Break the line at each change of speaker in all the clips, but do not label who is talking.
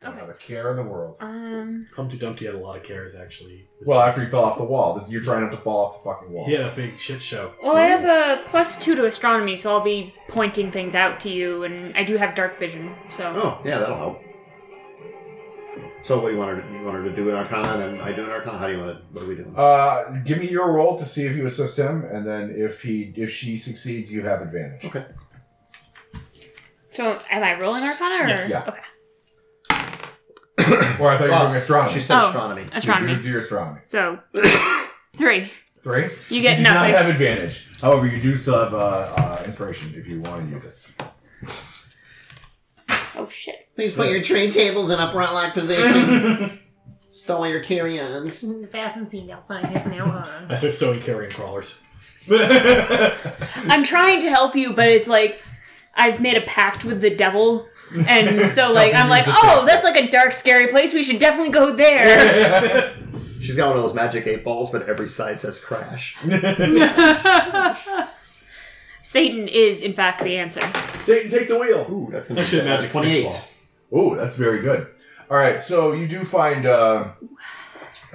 Don't
Okay.
have a care in the world.
Um.
Humpty Dumpty had a lot of cares actually.
Well, after he fell off the wall, this, you're trying not to fall off the fucking wall.
he had a big shit show.
Well, I have a plus two to astronomy, so I'll be pointing things out to you, and I do have dark vision, so.
Oh, yeah, that'll help. So what you want her to, you want her to do an arcana, then I do an arcana. How do you want it? What are we doing?
Uh, give me your roll to see if you assist him, and then if he if she succeeds, you have advantage.
Okay.
So, am I rolling Arcana? Or?
Yes.
Yeah.
Okay.
Or I thought you were
Oh,
doing astronomy.
She said
Oh.
astronomy.
You
Astronomy.
do, do your astronomy.
So, three.
Three.
You get
you do not
nothing.
have advantage. However, you do still have uh, uh, inspiration if you want to use it.
oh, shit.
Please put your tray tables in upright lock position. Stall your carry-ons.
Fasten seatbelt sign is now on.
I start stowing carrying crawlers.
I'm trying to help you, but it's like I've made a pact with the devil. And so, like, I'm like, oh, that's like a dark, scary place. We should definitely go there.
She's got one of those magic eight balls, but every side says crash.
Satan is, in fact, the answer.
Satan, take the wheel.
Ooh, that's
It's
gonna
actually a
be
magic six
28.
ball.
Oh, that's very good. All right, so you do find uh,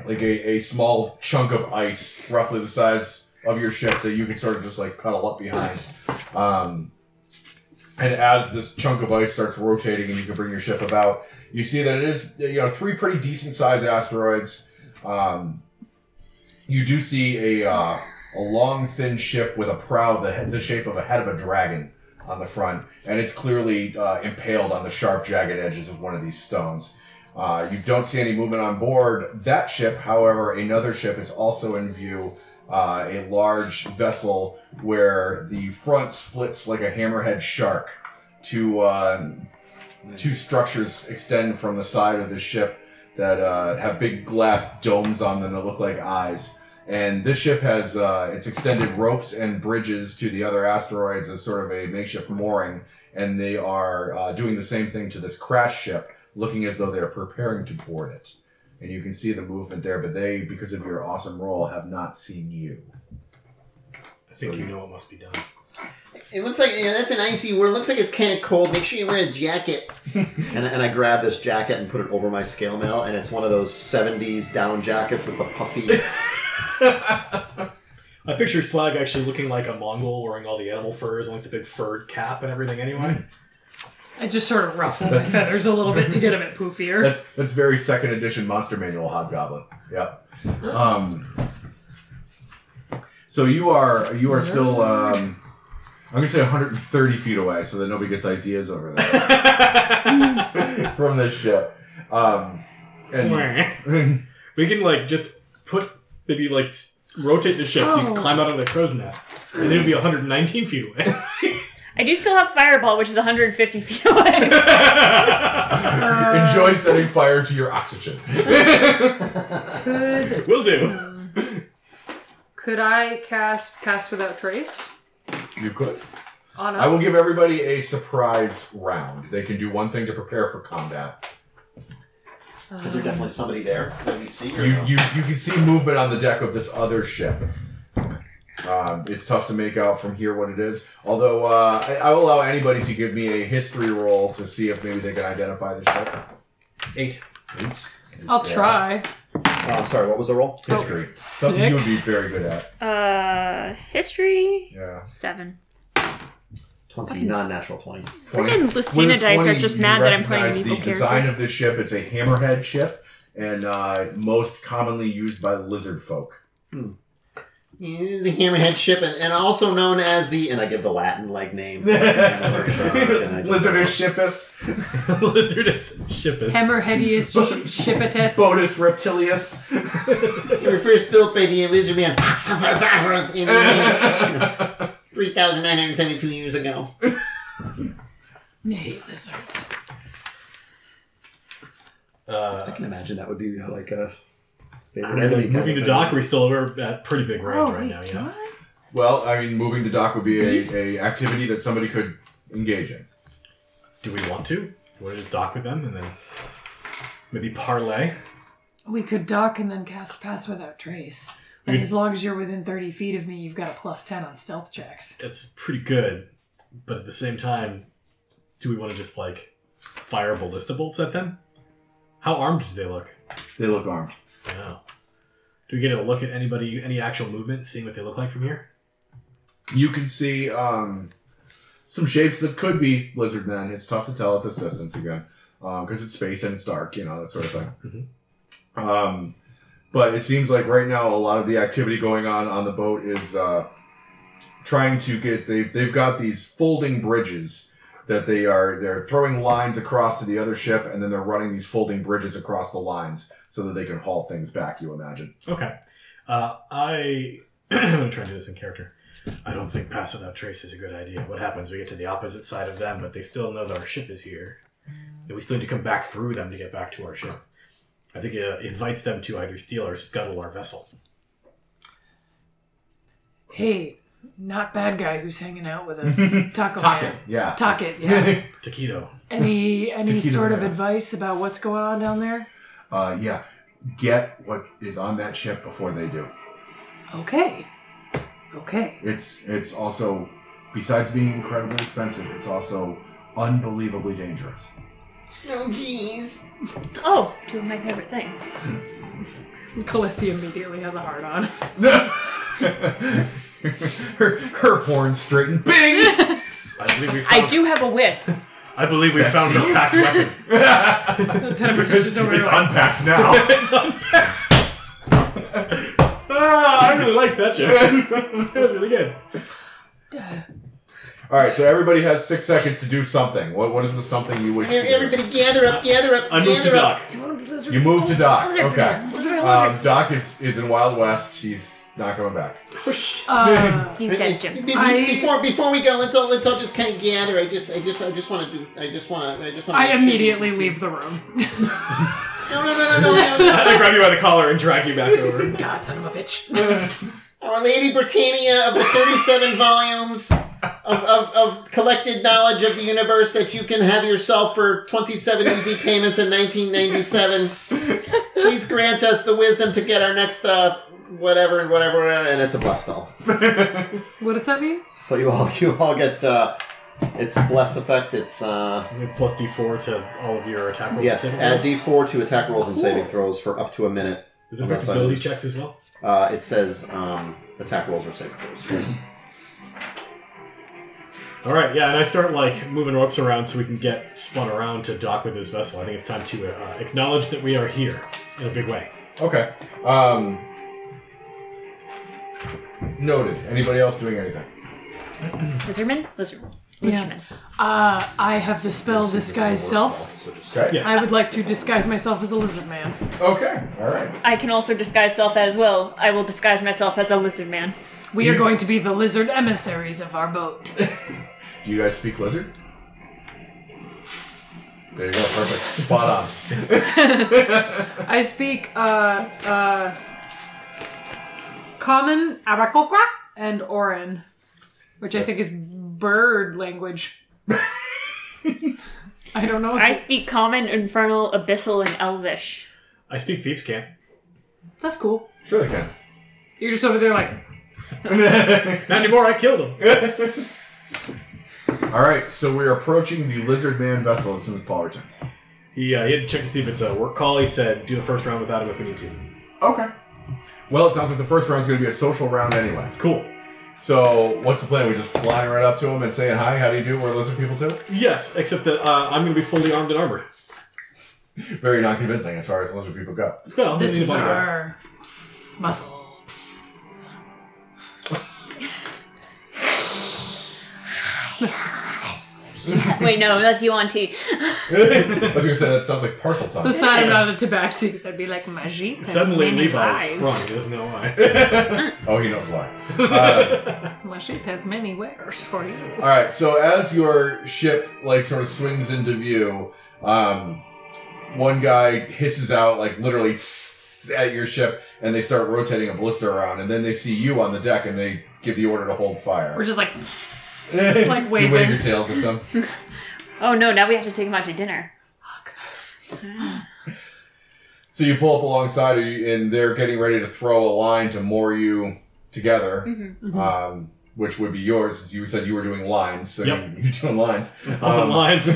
like a, a small chunk of ice, roughly the size of your ship, that you can sort of just like cuddle up behind.
Nice.
Um, and as this chunk of ice starts rotating and you can bring your ship about, you see that it is you know three pretty decent sized asteroids. Um, you do see a uh, a long thin ship with a prow the head, the shape of a head of a dragon on the front, and it's clearly uh, impaled on the sharp jagged edges of one of these stones. Uh, you don't see any movement on board that ship. However, another ship is also in view, uh, a large vessel where the front splits like a hammerhead shark. Two uh, two structures extend from the side of the ship that uh, have big glass domes on them that look like eyes. And this ship has uh, its extended ropes and bridges to the other asteroids as sort of a makeshift mooring, and they are uh, doing the same thing to this crash ship, looking as though they are preparing to board it. And you can see the movement there, but they, because of your awesome roll, have not seen you.
I think you know what must be done.
It looks like you know, that's an icy word. It looks like it's kind of cold. Make sure you wear a jacket. and, and I grab this jacket and put it over my scale mail, and it's one of those '70s down jackets with the puffy.
I picture Slag actually looking like a Mongol, wearing all the animal furs and like the big furred cap and everything. Anyway,
I just sort of ruffle my feathers a little bit to get them bit poofier.
That's that's very second edition monster manual hobgoblin. Yep. Um, so you are you are still um, I'm gonna say 130 feet away, so that nobody gets ideas over there from this ship. Um, and
we can like just put maybe like s- rotate the ship so you can
Oh.
climb out of the crow's nest, and it would be 119 feet away.
I do still have Fireball, which is 150 feet away.
enjoy setting fire to your oxygen.
Could
Will do.
could I cast cast without trace
You could.
on us?
I will give everybody a surprise round. They can do one thing to prepare for combat.
Is there definitely somebody there that we see?
You you you can see movement on the deck of this other ship. Um, it's tough to make out from here what it is. Although uh, I, I will allow anybody to give me a history roll to see if maybe they can identify the ship.
Eight.
Eight.
I'll
Yeah.
try.
Oh, I'm sorry. What was the roll?
History. Something you would be
Six.
very good at.
Uh, history
Yeah.
seven.
Twenty, non-natural twenty.
Freaking Lucina
With a
dice are
20,
just
you
mad that I'm playing an
recognize
evil
the
character.
design of this ship. It's a hammerhead ship, and uh, most commonly used by lizard folk.
Is a hammerhead ship, and, and also known as the and I give the Latin like name. Lizard.
Lizardus shippus,
Lizardess shippus.
Hammerheadiest sh- shipitets.
bonus reptilius.
It refers built by the lizard man three thousand nine hundred seventy-two years ago.
I hate lizards.
Uh,
I can imagine that would be like a favorite
we're
enemy.
moving
kind of
to
thing.
dock, we still are at pretty big
Oh,
range right now. You know.
Well, I mean, moving to dock would be a,
Beasts.
a activity that somebody could engage in.
Do we want to? Do we want to just dock with them and then maybe parlay?
We could dock and then cast pass without trace. And as long as you're within 30 feet of me, you've got a plus 10 on stealth checks.
That's pretty good, but at the same time, do we want to just like fire ballista bolts at them? How armed do they look?
They look armed.
No. Do we get a look at anybody, any actual movement, seeing what they look like from here?
You can see um, some shapes that could be lizard men. It's tough to tell at this distance again because it's space and it's dark, you know that sort of thing. Um, but it seems like right now a lot of the activity going on on the boat is uh, trying to get they've they've got these folding bridges that they are they're throwing lines across to the other ship and then they're running these folding bridges across the lines so that they can haul things back. You imagine.
Okay. Uh, I I'm gonna try and do this in character. I don't think pass without trace is a good idea. What happens? We get to the opposite side of them, but they still know that our ship is here, and we still need to come back through them to get back to our ship. I think it invites them to either steal or scuttle our vessel.
Hey, not bad guy who's hanging out with us. Taco
Taka.
Man.
Yeah.
Taka, yeah.
Taquito.
Any any
Taquito
sort of
Man.
advice about what's going on down there?
Uh, yeah. Get what is on that ship before they do.
Okay. Okay.
It's it's also besides being incredibly expensive, it's also unbelievably dangerous.
No, jeez.
Oh, two of my favorite things.
Callisti immediately has a heart on.
her her horns straighten. Bing.
I believe we found.
I do have a whip.
I believe we found
Sexy.
a packed weapon.
Tenebris is just over
it's
there like,
unpacked now.
It's on- ah, I really liked that joke. That was really good.
All right, so everybody has six seconds to do something. What what is the something you wish? to do?
Everybody gather up, gather up,
I moved to
gather up.
dock.
Do you want to be lizard?
You move to Doc.
Lizard
Okay.
person. Lizard person.
Um, Doc is is in Wild West. She's not coming back.
uh,
He's dead, Jim.
Be- be-
I-
Before before we go, let's all let's all just kind of gather. I just I just I just want to do. I just want to. I just want.
I immediately leave the room.
No no no no no. no,
I grab you by the collar and drag you back over.
God, son of a bitch.
Our Lady Britannia of the 37 volumes of, of, of collected knowledge of the universe that you can have yourself for 27 easy payments in 1997. Please grant us the wisdom to get our next uh, whatever and whatever, whatever, and it's a bless spell.
What does that mean?
So you all you all get uh, its bless effect. It's uh,
With plus D4 to all of your attack rolls. and
yes,
saving
add
throws.
D4 to attack rolls and saving throws for up to a minute.
Does it affect
Unless I
ability
lose.
checks as well?
Uh, it says um, attack rolls or saving throws.
All right, yeah, and I start like moving ropes around so we can get spun around to dock with this vessel. I think it's time to uh, acknowledge that we are here in a big way.
Okay. Um, noted. Anybody else doing anything?
Lizardman? Lizardman.
Yeah.
Lizardman.
Uh, I have dispelled disguise self.
Okay.
Yeah.
I would like to disguise myself as a lizard man.
Okay. All right.
I can also disguise self as well. I will disguise myself as a lizard man.
We are going to be the lizard emissaries of our boat.
Do you guys speak lizard? There you go. Perfect. Spot on.
I speak uh uh common Arakokra and Orin, which I think is bird language. I don't know. if
I
it-
speak common, infernal, abyssal, and elvish.
I speak thieves' camp.
That's cool.
Sure they can.
You're just over there like
Not anymore. I killed him.
All right. So we're approaching the lizard man vessel as soon as Paul returns.
he, uh, he had to check to see if it's a work call. He said, "Do a first round without him if we need to."
Okay. Well, it sounds like the first round's going to be a social round anyway.
Cool.
So what's the plan? We just flying right up to him and saying hi. How do you do? We're lizard people too.
Yes, except that uh, I'm going to be fully armed and armored.
Very non convincing as far as lizard people go.
Well,
this
I mean,
is
like,
our psst, muscle. Psst.
Wait, no, that's you on T.
I was gonna say that sounds like parcel
So
time.
sad I'm not a tabaxi. I'd be like magic. has
Suddenly,
many
Levi's
eyes.
sprung. He doesn't know why.
Oh, he knows why. Uh,
Magic has many wares for you.
all right. So as your ship like sort of swings into view, um, one guy hisses out like literally at your ship, and they start rotating a blister around, and then they see you on the deck, and they give the order to hold fire.
We're just like
You
like
wave your
waving.
tails at them.
Oh no, now we have to take him out to dinner.
So you pull up alongside,
Mm-hmm.
of you, and they're getting ready to throw a line to moor you together. Um, which would be yours, since you said you were doing lines, so
Yep.
you, you're doing lines.
Up
Um,
in lines.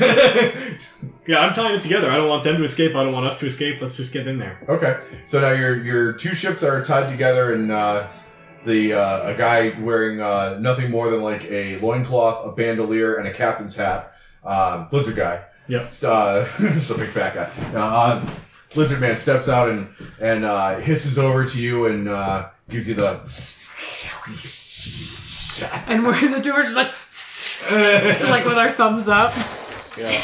yeah, I'm tying it together. I don't want them to escape. I don't want us to escape. Let's just get in there.
Okay, so now your your two ships are tied together, and uh, the uh, a guy wearing uh, nothing more than like a loincloth, a bandolier, and a captain's hat, um, lizard guy.
Yep.
Uh, just a big fat guy. Uh, uh, lizard man steps out and and uh, hisses over to you and uh, gives you the.
And we're the two are just like, so like with our thumbs up.
Yeah.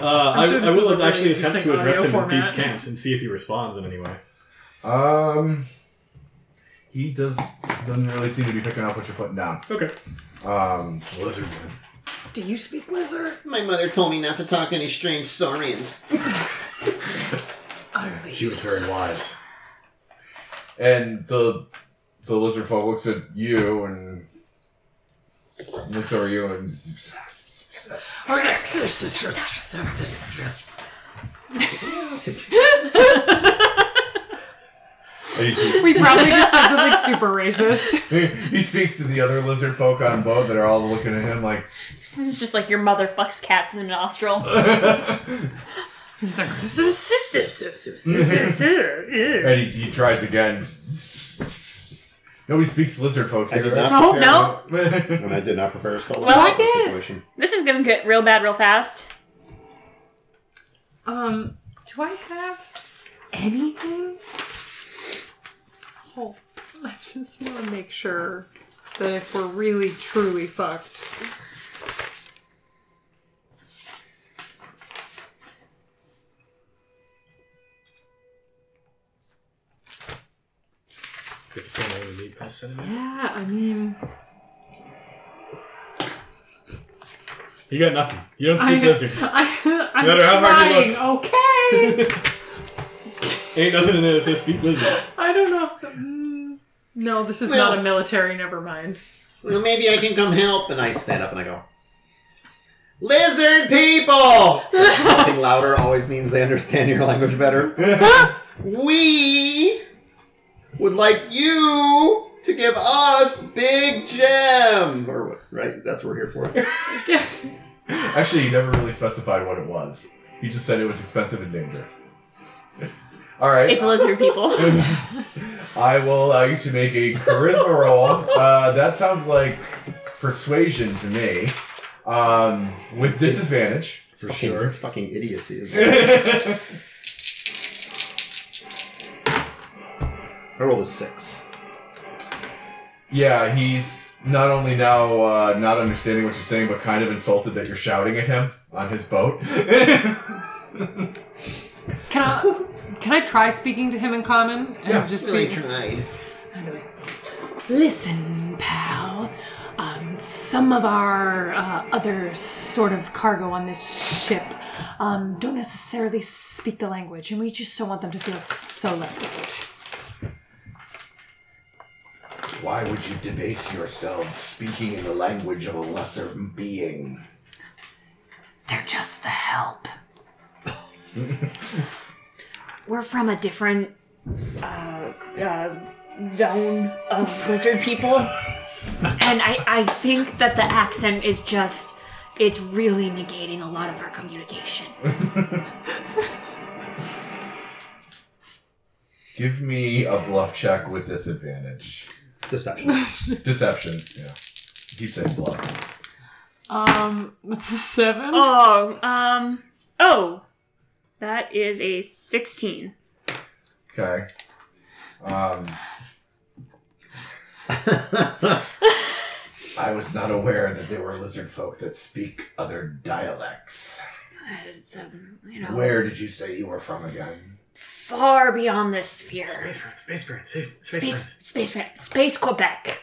Uh, I,
sure
I
this is
will
a really
actually attempt
interesting
to address him
audio
in Thieves'
format.
Cant and see if he responds in any way.
Um, he does doesn't really seem to be picking up what you're putting down.
Okay.
Um,
Lizard man.
Do you speak lizard?
My mother told me not to talk to any strange saurians.
Utterly.
She was very wise.
and the the lizard folk looks at you and looks over you and he,
We probably just said something super racist.
he speaks to the other lizard folk on boat that are all looking at him like
It's just like your mother fucks cats in the nostril.
He's like, so sip, sip, sip, sip, sip.
and he, he tries again. Nobody speaks lizard folk
I did
here.
not.
No,
prepare
no.
right?
And I did not prepare a spell
Well, I
for this
did.
situation.
This is gonna get real bad real fast.
Um, do I have anything? Oh, I just want to make sure that if we're really truly fucked.
Get the camera in the lead past cinema.
Yeah, I mean,
You got nothing. You don't
I,
speak lizard.
I, I'm
No matter how hard you
trying. Okay.
Ain't nothing in there that says speak lizard.
I don't know if. The, mm, no, this is
Well-
not a military. Never mind.
Well, maybe I can come help. And I stand up and I go, Lizard people! Something louder always means they understand your language better. We would like you to give us Big Gem! Or what, right? That's what we're here for.
Yes.
Actually, he never really specified what it was. He just said it was expensive and dangerous. All right.
It's lizard people.
I will allow you to make a charisma roll. Uh, that sounds like persuasion to me. Um, with disadvantage.
For sure. It's fucking idiocy. Isn't it?
okay.
I rolled a six.
Yeah, he's not only now uh, not understanding what you're saying, but kind of insulted that you're shouting at him on his boat.
Can I? Can I try speaking to him in common? And
Yeah.
Just
Really
be-
tried.
I'm like, listen, pal. Um, some of our uh, other sort of cargo on this ship um, don't necessarily speak the language, and we just don't want them to feel so left out.
Why would you debase yourselves speaking in the language of a lesser being?
They're just the help.
We're from a different uh, uh, zone of lizard people, and I, I think that the accent is just it's really negating a lot of our communication.
Give me a bluff check with disadvantage.
Deception.
Deception. Yeah. Keep saying bluff.
Um, that's a seven.
Oh, um, oh, that is a sixteen.
Okay. Um, I was not aware that there were lizard folk that speak other dialects.
It's um, you know
Where did you say you were from again?
far beyond this sphere.
Space pirates, space pirates, space, space
Space,
pirates.
space, Fran- space Quebec.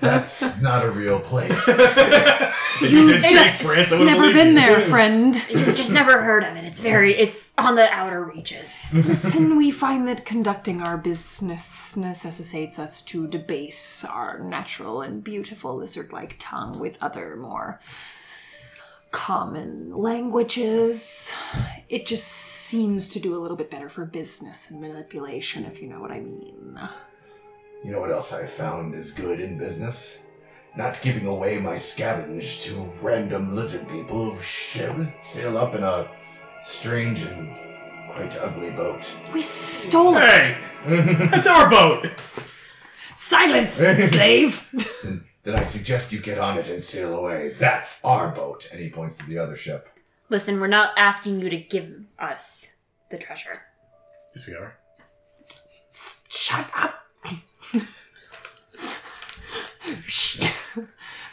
That's not a real place.
If you said
just
space pirates, I would've
never
believed
been
you.
there, friend.
You've just never heard of it. It's very, it's on the outer reaches.
Listen, we find that conducting our business necessitates us to debase our natural and beautiful lizard like tongue with other more common languages. It just seems to do a little bit better for business and manipulation, if you know what I mean.
You know what else I found is good in business? Not giving away my scavenge to random lizard people who ship- sail up in a strange and quite ugly boat.
We stole
Hey,
it.
that's our boat.
Silence, slave.
Then I suggest you get on it and sail away. That's our boat. And he points to the other ship.
Listen, we're not asking you to give us the treasure.
Yes, we are.
Shut up. Shh.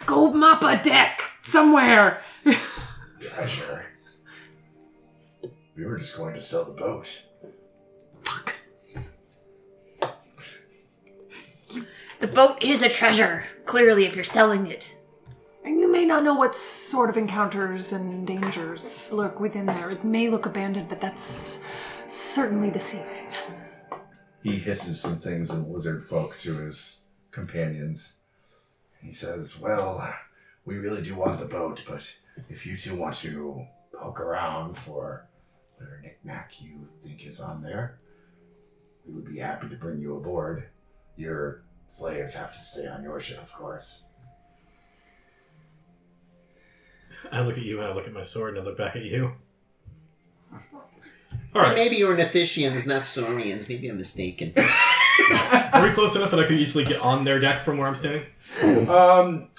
Go mop a deck somewhere.
Treasure. We were just going to sell the boat.
Fuck.
The boat is a treasure, clearly, if you're selling it.
And you may not know what sort of encounters and dangers lurk within there. It may look abandoned, but that's certainly deceiving.
He hisses some things in lizard folk to his companions. He says, Well, we really do want the boat, but if you two want to poke around for whatever knickknack you think is on there, we would be happy to bring you aboard. Your slaves have to stay on your ship, of course.
I look at you and I look at my sword and I look back at you. All
But
right,
maybe you're Nethicians, not Saurians. Maybe I'm mistaken.
are we close enough that I could easily get on their deck from where I'm standing?
Um,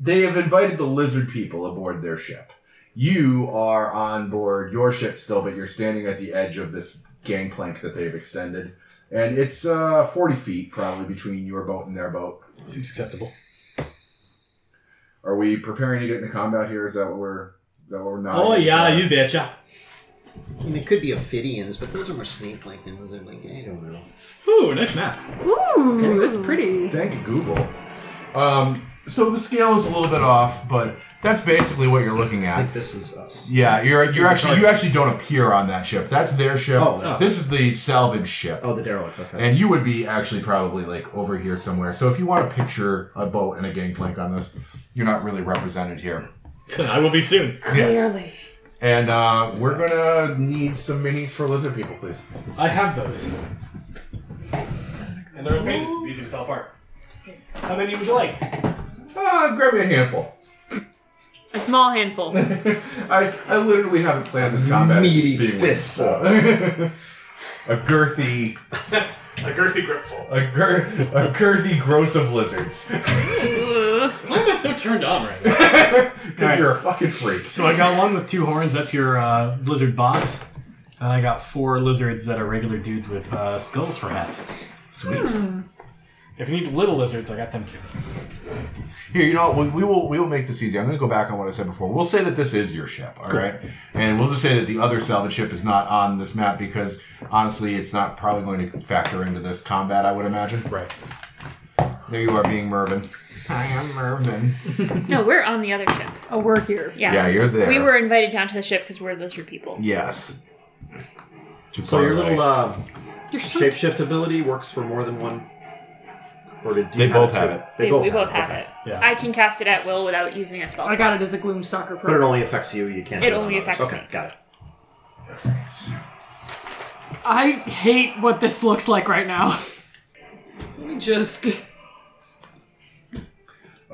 they have invited the lizard people aboard their ship. You are on board your ship still, but you're standing at the edge of this gangplank that they've extended, and it's uh, forty feet probably between your boat and their boat.
Seems acceptable.
Are we preparing to get into combat here? Is that what we're is that what we're not?
Oh yeah, you betcha.
I mean, it could be Ophidians, but those are more snake-like than those are like I don't know.
Ooh, nice map.
Ooh, it's pretty.
Thank Google. Um, so the scale is a little bit off, but that's basically what you're looking
I
at.
think this is us.
Yeah, you're
This
you're
is the
actually you
target.
actually don't appear on that ship. That's their ship.
Oh, that's-
this is the salvage ship.
Oh, the derelict. Okay.
And you would be actually probably like over here somewhere. So if you want to picture a boat and a gangplank on this, you're not really represented here.
I will be soon.
Clearly.
And uh, we're gonna need some minis for lizard people, please.
I have those. And they're okay, it's easy to tell apart. How many would you like?
Uh, grab me a handful.
A small handful.
I, I literally haven't planned this combat. It's just
Meaty
being-
fistful.
a girthy,
A girthy gripful.
a, gir- a girthy gross of lizards.
Ugh.
Why am I so turned on right now?
Because you're a fucking freak.
So I got one with two horns, that's your uh, lizard boss. And I got four lizards that are regular dudes with uh, skulls for hats.
Sweet.
Hmm.
If you need little lizards, I got them too.
Here, you know what? We, we will we will make this easy. I'm going to go back on what I said before. We'll say that this is your ship, all right? And we'll just say that the other salvage ship is not on this map because honestly, it's not probably going to factor into this combat. I would imagine.
Right.
There you are, being Mervin. I am Mervin.
no, we're on the other ship.
Oh, we're here.
Yeah.
Yeah, you're there.
We were invited down to the ship because we're lizard people.
Yes.
So your little
Uh,
uh,
You're so
shapeshift ability works for more than one. Or did you
They both
too?
have it.
They
we
both
we
have
both
it.
have
okay.
it.
Yeah.
I can cast it at will without using a spell.
I got it as a Gloomstalker perk.
But it only affects you. You can't.
It
do on
only
others.
affects
Okay,
me.
got it.
I hate what this looks like right now. Let me just.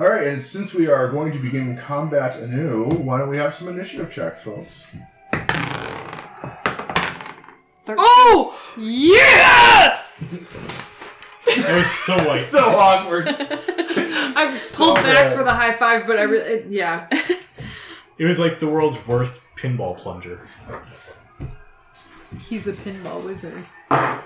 all right, and since we are going to begin combat anew, why don't we have some initiative checks, folks?
Oh!
Yeah!
It was so white.
So awkward.
I pulled
So
back
good.
for the high five, but I really. it- yeah.
It was like the world's worst pinball plunger.
He's a pinball wizard.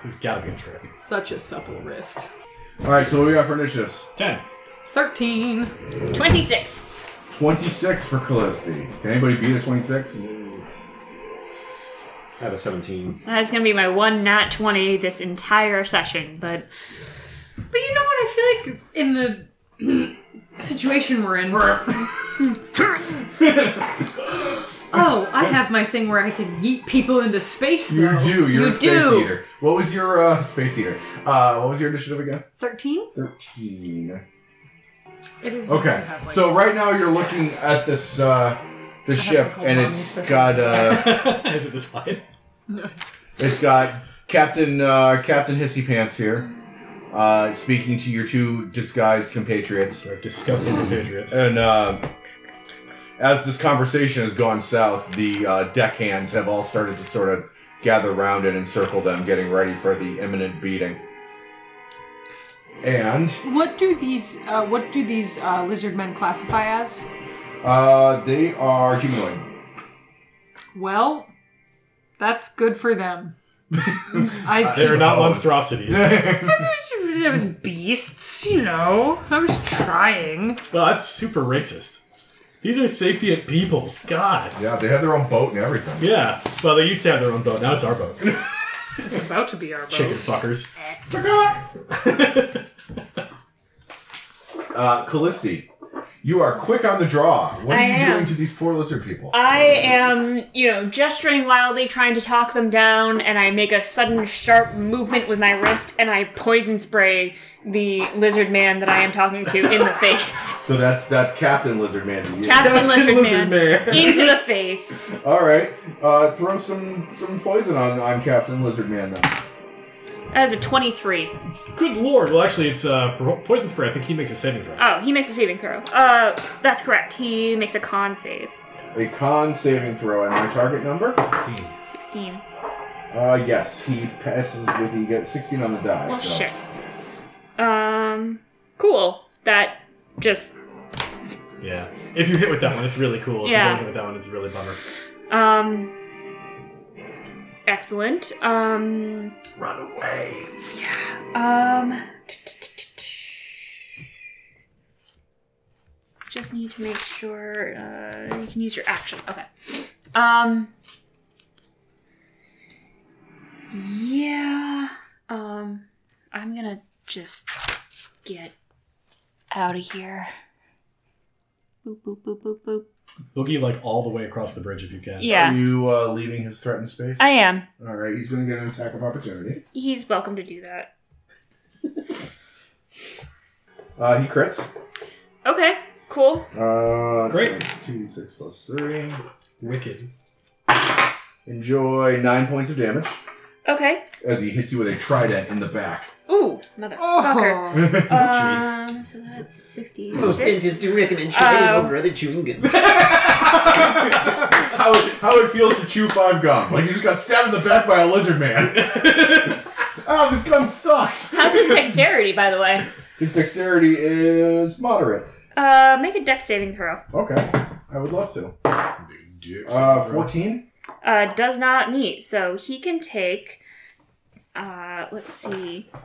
It's gotta be a trick.
Such a supple wrist.
all right, so what do we got for initiatives?
Ten.
13.
26.
26 for Callisti. Can anybody beat a 26?
I have a seventeen.
That's going to be my one not 20 this entire session, but
But you know what? I feel like in the situation we're in. oh, I have my thing where I can yeet people into space, though.
You do. You're
You
a space
do.
eater. What was your uh, space eater? Uh, what was your initiative again?
13?
Thirteen.
It is. nice to
Okay.
have, like-
So right now you're looking at this uh, the ship,
hold
and
on,
it's
especially-
got uh,
Is it this wide?
No.
it's got Captain uh, Captain Hissy Pants here, uh, speaking to your two disguised compatriots.
They're disgusting compatriots.
And uh, as this conversation has gone south, the uh, deckhands have all started to sort of gather around and encircle them, getting ready for the imminent beating. And
What do these uh, What do these uh, lizard men classify as?
uh, they are humanoid.
Well, that's good for them. I
They're not monstrosities.
It was beasts, you know. I was trying.
well, that's super racist. These are sapient peoples. God.
Yeah, they have their own boat and everything.
Yeah. Well, they used to have their own boat. Now it's our boat.
It's about to be our boat.
Chicken fuckers.
Uh, Callisti, you are quick on the draw. What are
I
you
am. Uh,
doing to these poor lizard people?
I am, you know, gesturing wildly, trying to talk them down, and I make a sudden sharp movement with my wrist, and I poison spray the lizard man that I am talking to in the face.
So that's that's Captain Lizard Man to you.
Captain Lizard, man,
Lizard Man.
into the face.
All right, uh, throw some some poison on on Captain Lizard Man then.
That is a 23.
Good lord. Well, actually, it's uh, po- poison spray. I think he makes a saving throw.
Oh, he makes a saving throw. Uh, that's correct. He makes a con save.
A con saving throw and my target number.
16.
Uh, yes, he passes with he gets 16 on the die.
Oh,
Well,
so.
shit. Um, cool. That just,
Yeah. If you hit with that one, it's really cool. If
Yeah.
you don't hit with that one, it's really bummer.
um, excellent. Um,
Run away.
Um. Just need to make sure uh, you can use your action. Okay. Um. Yeah. Um. I'm gonna just get out of here. Boop boop boop boop boop.
Boogie like all the way across the bridge if you can.
Are
Yeah,
you uh, leaving his threatened space?
I am.
All right, he's going to get an attack of opportunity.
He's welcome to do that.
Uh, he crits.
Okay. Cool.
Uh,
Great.
Two six plus three.
Wicked.
Enjoy nine points of damage
Okay.
as he hits you with a trident in the back.
Ooh, motherfucker.
Oh,
Um, so that's
Most
66.
dentists do recommend trying
Oh.
over other chewing gum.
how, it, how it feels to chew five gum? Like you just got stabbed in the back by a lizard man. oh, this gum sucks.
How's his dexterity, by the way?
His dexterity is moderate.
Uh, make a dex saving throw.
Okay, I would love to.
Big dicks.
Uh, fourteen.
Uh, does not meet, so he can take. Uh, let's see.
Are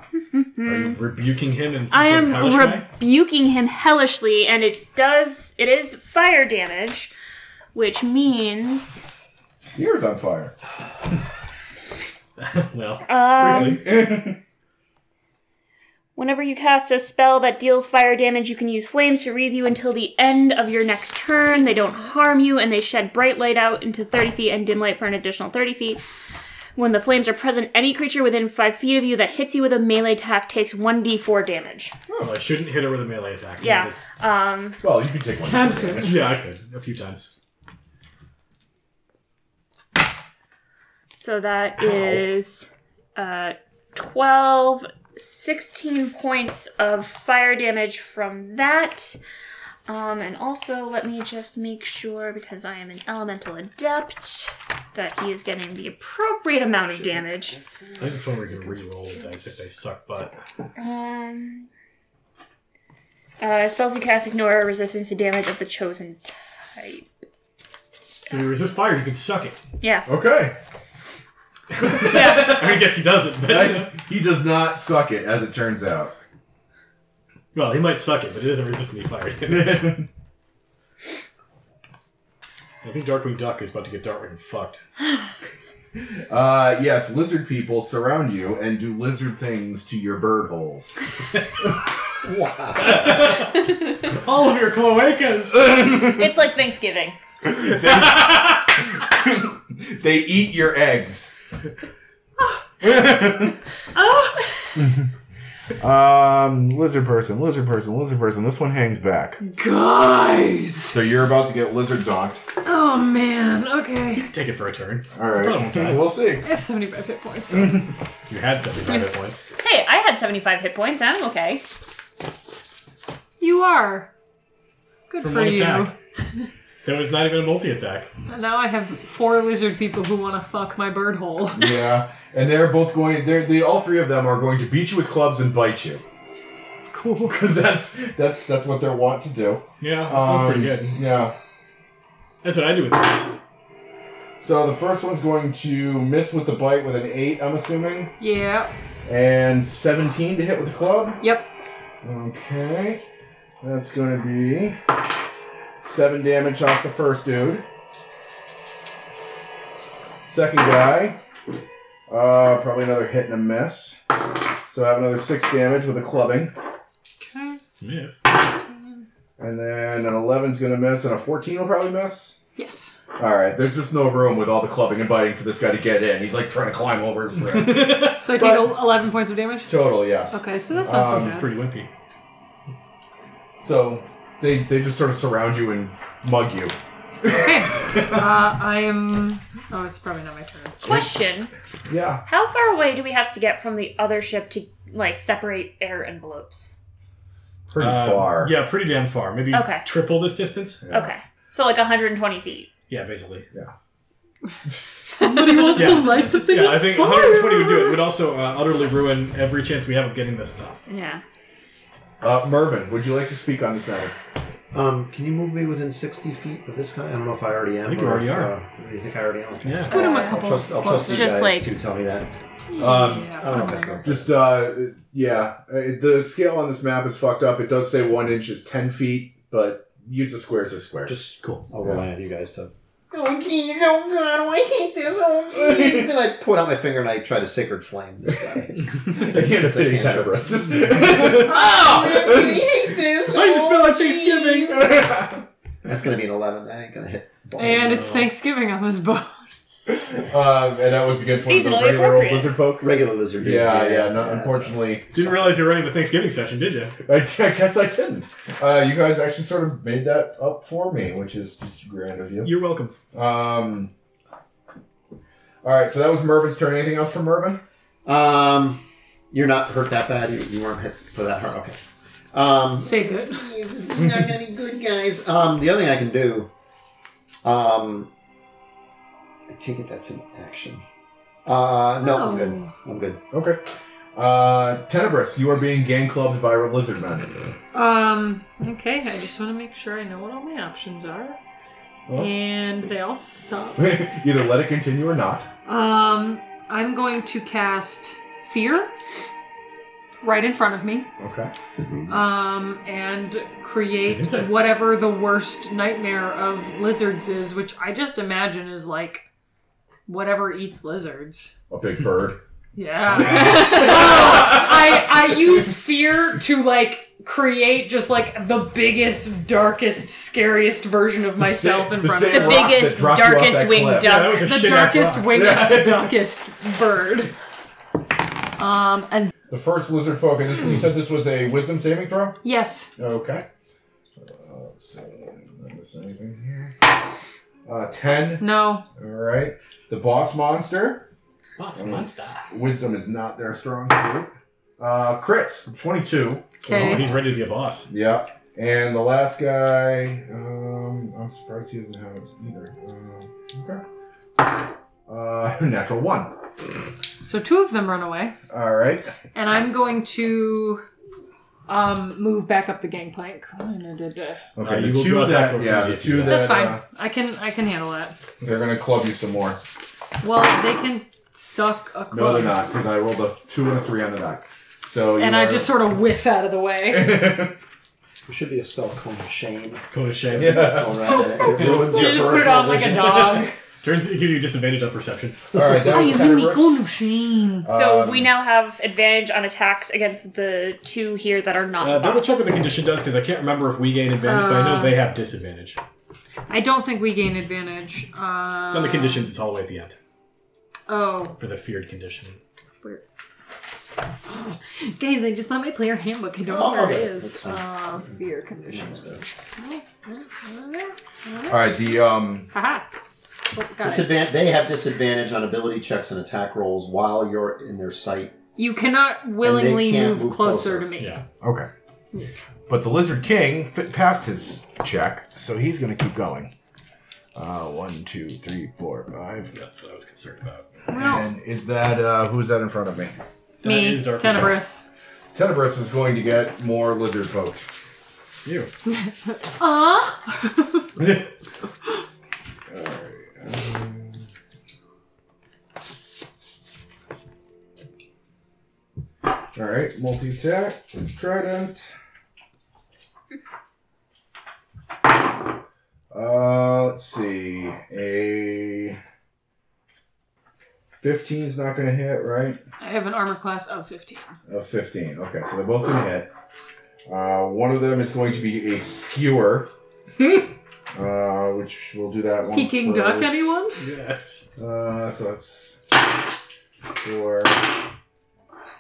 you rebuking him in some
I
sort of
am
hellish way?
rebuking him hellishly, and it does. It is fire damage, which means.
Yours on fire.
well,
Um,
briefly.
Whenever you cast a spell that deals fire damage, you can use flames to wreathe you until the end of your next turn. They don't harm you, and they shed bright light out into 30 feet and dim light for an additional 30 feet. When the flames are present, any creature within 5 feet of you that hits you with a melee attack takes 1d4 damage.
so Oh, I shouldn't hit her with a melee attack.
Yeah. Um,
Well, you can take one.
tempting.
Yeah, I could. A few times.
so that
Ow.
is uh, 12, 16 points of fire damage from that. Um, and also, let me just make sure, because I am an elemental adept, that he is getting the appropriate amount of damage.
I think that's one where you can re-roll the dice if they suck butt.
Um, uh, spells you cast ignore resistance to damage of the chosen type.
So you resist fire, you can suck it.
Yeah.
Okay.
yeah.
I mean, I guess he doesn't, but
That- he does not suck it, as it turns out.
well, he might suck it, but it doesn't resist any fire damage.
Darkwing
I think Darkwing Duck is about to get Darkwing fucked.
Uh, yes, lizard people surround you and do lizard things to your bird holes.
Wow.
All of your cloacas.
It's like Thanksgiving.
They eat your eggs. um, lizard person, lizard person, lizard person. This one hangs back.
guys.
So you're about to get lizard donked.
Oh man. Okay.
Take it for a turn. Oh,
All right, we'll see.
I have seventy-five hit points.
You had 75 hit points.
Hey, I
had 75 hit points. I'm okay.
You are. Good
From
for
one
you.
attack. There was not even a multi attack.
And Now I have four lizard people who want to fuck my bird hole.
yeah, and they're both going. They're they all three of them are going to beat you with clubs and bite you
Cool.
because that's that's that's what they're want to do.
Yeah, that sounds pretty
Um,
good.
Yeah.
That's what I do with these.
So the first one's going to miss with the bite with an eight, I'm assuming,
Yeah.
and seventeen to hit with the club.
Yep.
Okay. That's going to be seven damage off the first dude. Second guy, uh, probably another hit and a miss. So I have another six damage with a clubbing.
Okay.
Myth.
And then an 11's going to miss, and a 14 will probably miss.
Yes.
All right, there's just no room with all the clubbing and biting for this guy to get in. He's like trying to climb over his friends.
So I take
But-
el- 11 points of damage?
Total, yes.
Okay, so Oh, that's not
Um,
too
It's
bad.
pretty wimpy.
So they, they just sort of surround you and mug you.
Okay. Uh, I am. Oh, it's probably not my turn.
Question
Yeah.
How far away do we have to get from the other ship to, like, separate air envelopes?
Pretty
Uh,
far.
Yeah, pretty damn far. Maybe
Okay.
triple this distance.
Yeah.
Okay. So, like, 120 feet.
Yeah, basically.
Somebody wants
Yeah.
to light something
Yeah,
on
I think
fire.
120 would do it. It would also uh, utterly ruin every chance we have of getting this stuff.
Yeah.
Uh, Mervin, would you like to speak on this matter?
Um, can you move me within 60 feet of this guy? I don't know if I already am.
I think you
or
already
if,
are.
Uh, you think I already am? Okay.
Yeah.
Scoot him a
I'll
I'll
couple.
trust, I'll trust you
closer.
Just
guys
like-
to tell me that.
Um,
Yeah,
I don't know if
put him
I
there.
can-
Just, uh, yeah, uh, the scale on this map is fucked up. It does say one inch is 10 feet, but use the squares as squares.
Just
Cool.
I'll rely on you guys to. Oh jeez! Oh god! Oh, I hate this! Oh jeez! and I put out my finger and I try to sacred flame this guy.
I can't
It's a
fit in
cantrip.
Tenebris.
I really hate this!
Why does it smell
Oh,
like
jeez.
Thanksgiving?
That's gonna be an eleven. That ain't gonna hit. balls.
And it's Thanksgiving on this boat.
um, and that was against one of the
Seasonally
regular old
appropriate.
lizard folk.
regular lizard. dudes,
Yeah, yeah, no,
that's-
unfortunately.
Didn't realize you were running the Thanksgiving session, did you?
I, I guess I didn't. Uh, you guys actually sort of made that up for me, which is just grand of you.
You're welcome.
Um, all right, so that was Mervin's turn. Anything else from Mervin?
Um, you're not hurt that bad. You, you weren't hit for that hard. Okay. Um,
Save it.
This is not gonna be good, guys. Um, the other thing I can do, um, I take it that's an action. Uh, no, I'm
Oh.
good. I'm good.
Okay. Uh, Tenebris, you are being gang clubbed by lizard men.
Um, okay, I just want to make sure I know what all my options are. And they all suck.
Either let it continue or not.
Um, I'm going to cast Fear right in front of me.
Okay.
Um, and create
Isn't it?
whatever the worst nightmare of lizards is, which I just imagine is like whatever eats lizards.
A big bird.
Yeah. I I use fear to like create just like the biggest, darkest, scariest version of myself
sa-
in
the
front of
same
me.
The
rock that
biggest,
dropped you off
darkest
that
winged
cliff.
duck.
Yeah, that was a
The
shit ass
darkest,
rock.
wingest,
Yeah.
darkest bird. Um, and
The first lizard folk, and this, you said this was a wisdom saving throw?
yes,
Okay. Uh, let's see. Did I miss anything here? Uh, 10.
no,
All right. The boss monster.
Lots
of
monster.
Wisdom is not their strong suit. Uh, crits, 22.
okay.
Oh, he's ready to be a boss.
Yeah. And the last guy, um, I'm surprised he doesn't have it either. Uh, okay. Uh, natural one.
So two of them run away,
All right.
Uh,
and I'm going to um move back up the gangplank.
Okay.
Uh,
the
you will
two
do attacks
that,
with
yeah, the
advantage.
two that,
That's fine.
uh,
I can I can handle that.
they're gonna club you some more.
Well, they can suck a
No,
club,
they're not, because I rolled a two and a three on the die. So you
and I
are-
just sort of whiff out of the way.
There should be a spell called Shame.
Cone of shame.
Yeah.
All right, it ruins your
Just put it
peripheral
on like a
vision.
dog.
Turns it gives you disadvantage on perception.
All right. That was Tenebris.
of shame.
So
Um,
we now have advantage on attacks against the two here that are not.
Uh, double
bots.
check what the condition does because I can't remember if we gain advantage, but
Uh.
I know they have disadvantage.
I don't think we gain advantage. Uh,
It's on the conditions. It's all the way at the end
oh,
for the feared condition.
guys, I just found my player handbook. I don't know
Oh,
where it
okay.
is.
That's fine.
Uh, fear conditions.
All right. The um.
Haha. Oh, got it.
Disadvan- they have disadvantage on ability checks and attack rolls while you're in their sight
You cannot willingly
can't
move,
move
closer,
closer.
to me.
Yeah.
Okay. But the Lizard King fit past his check, so he's going to keep going. Uh, one, two, three, four, five.
That's what I was concerned about.
Well,
And is that, uh, who's that in front of me?
That
me,
is Darth
Tenebris.
Tenebris is going to get more lizard poked.
You.
Uh?
Aw.
All right, multi attack, trident. Uh, let's see. A 15 is not going to hit, right?
I have an armor class of 15.
Oh,
A 15. Okay, so they're both going to hit. Uh, one of them is going to be a skewer, uh, which we'll do that one.
Peking duck,
first.
anyone?
yes.
Uh, so that's four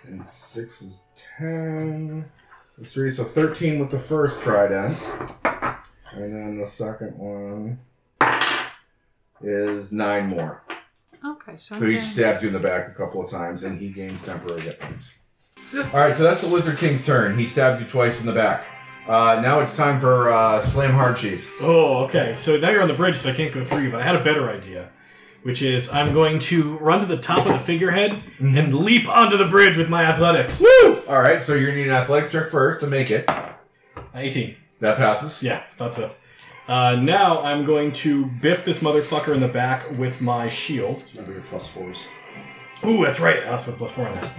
and six is ten. That's three, so thirteen with the first trident, and then the second one is nine more.
Okay, so I'm
So he
gonna-
stabs you in the back a couple of times, and he gains temporary hit points. All right, so that's the Lizard King's turn. He stabs you twice in the back. Uh, now it's time for uh, Slam Hard Cheese.
Oh, okay. So now you're on the bridge, so I can't go through you, but I had a better idea, which is I'm going to run to the top of the figurehead and leap onto the bridge with my athletics.
Woo! All right, so you're gonna need an athletics check first to make it.
18.
That passes.
Yeah, that's it. Uh, now I'm going to biff this motherfucker in the back with my shield.
Remember your plus fours.
Ooh, that's right. I also have plus four on that.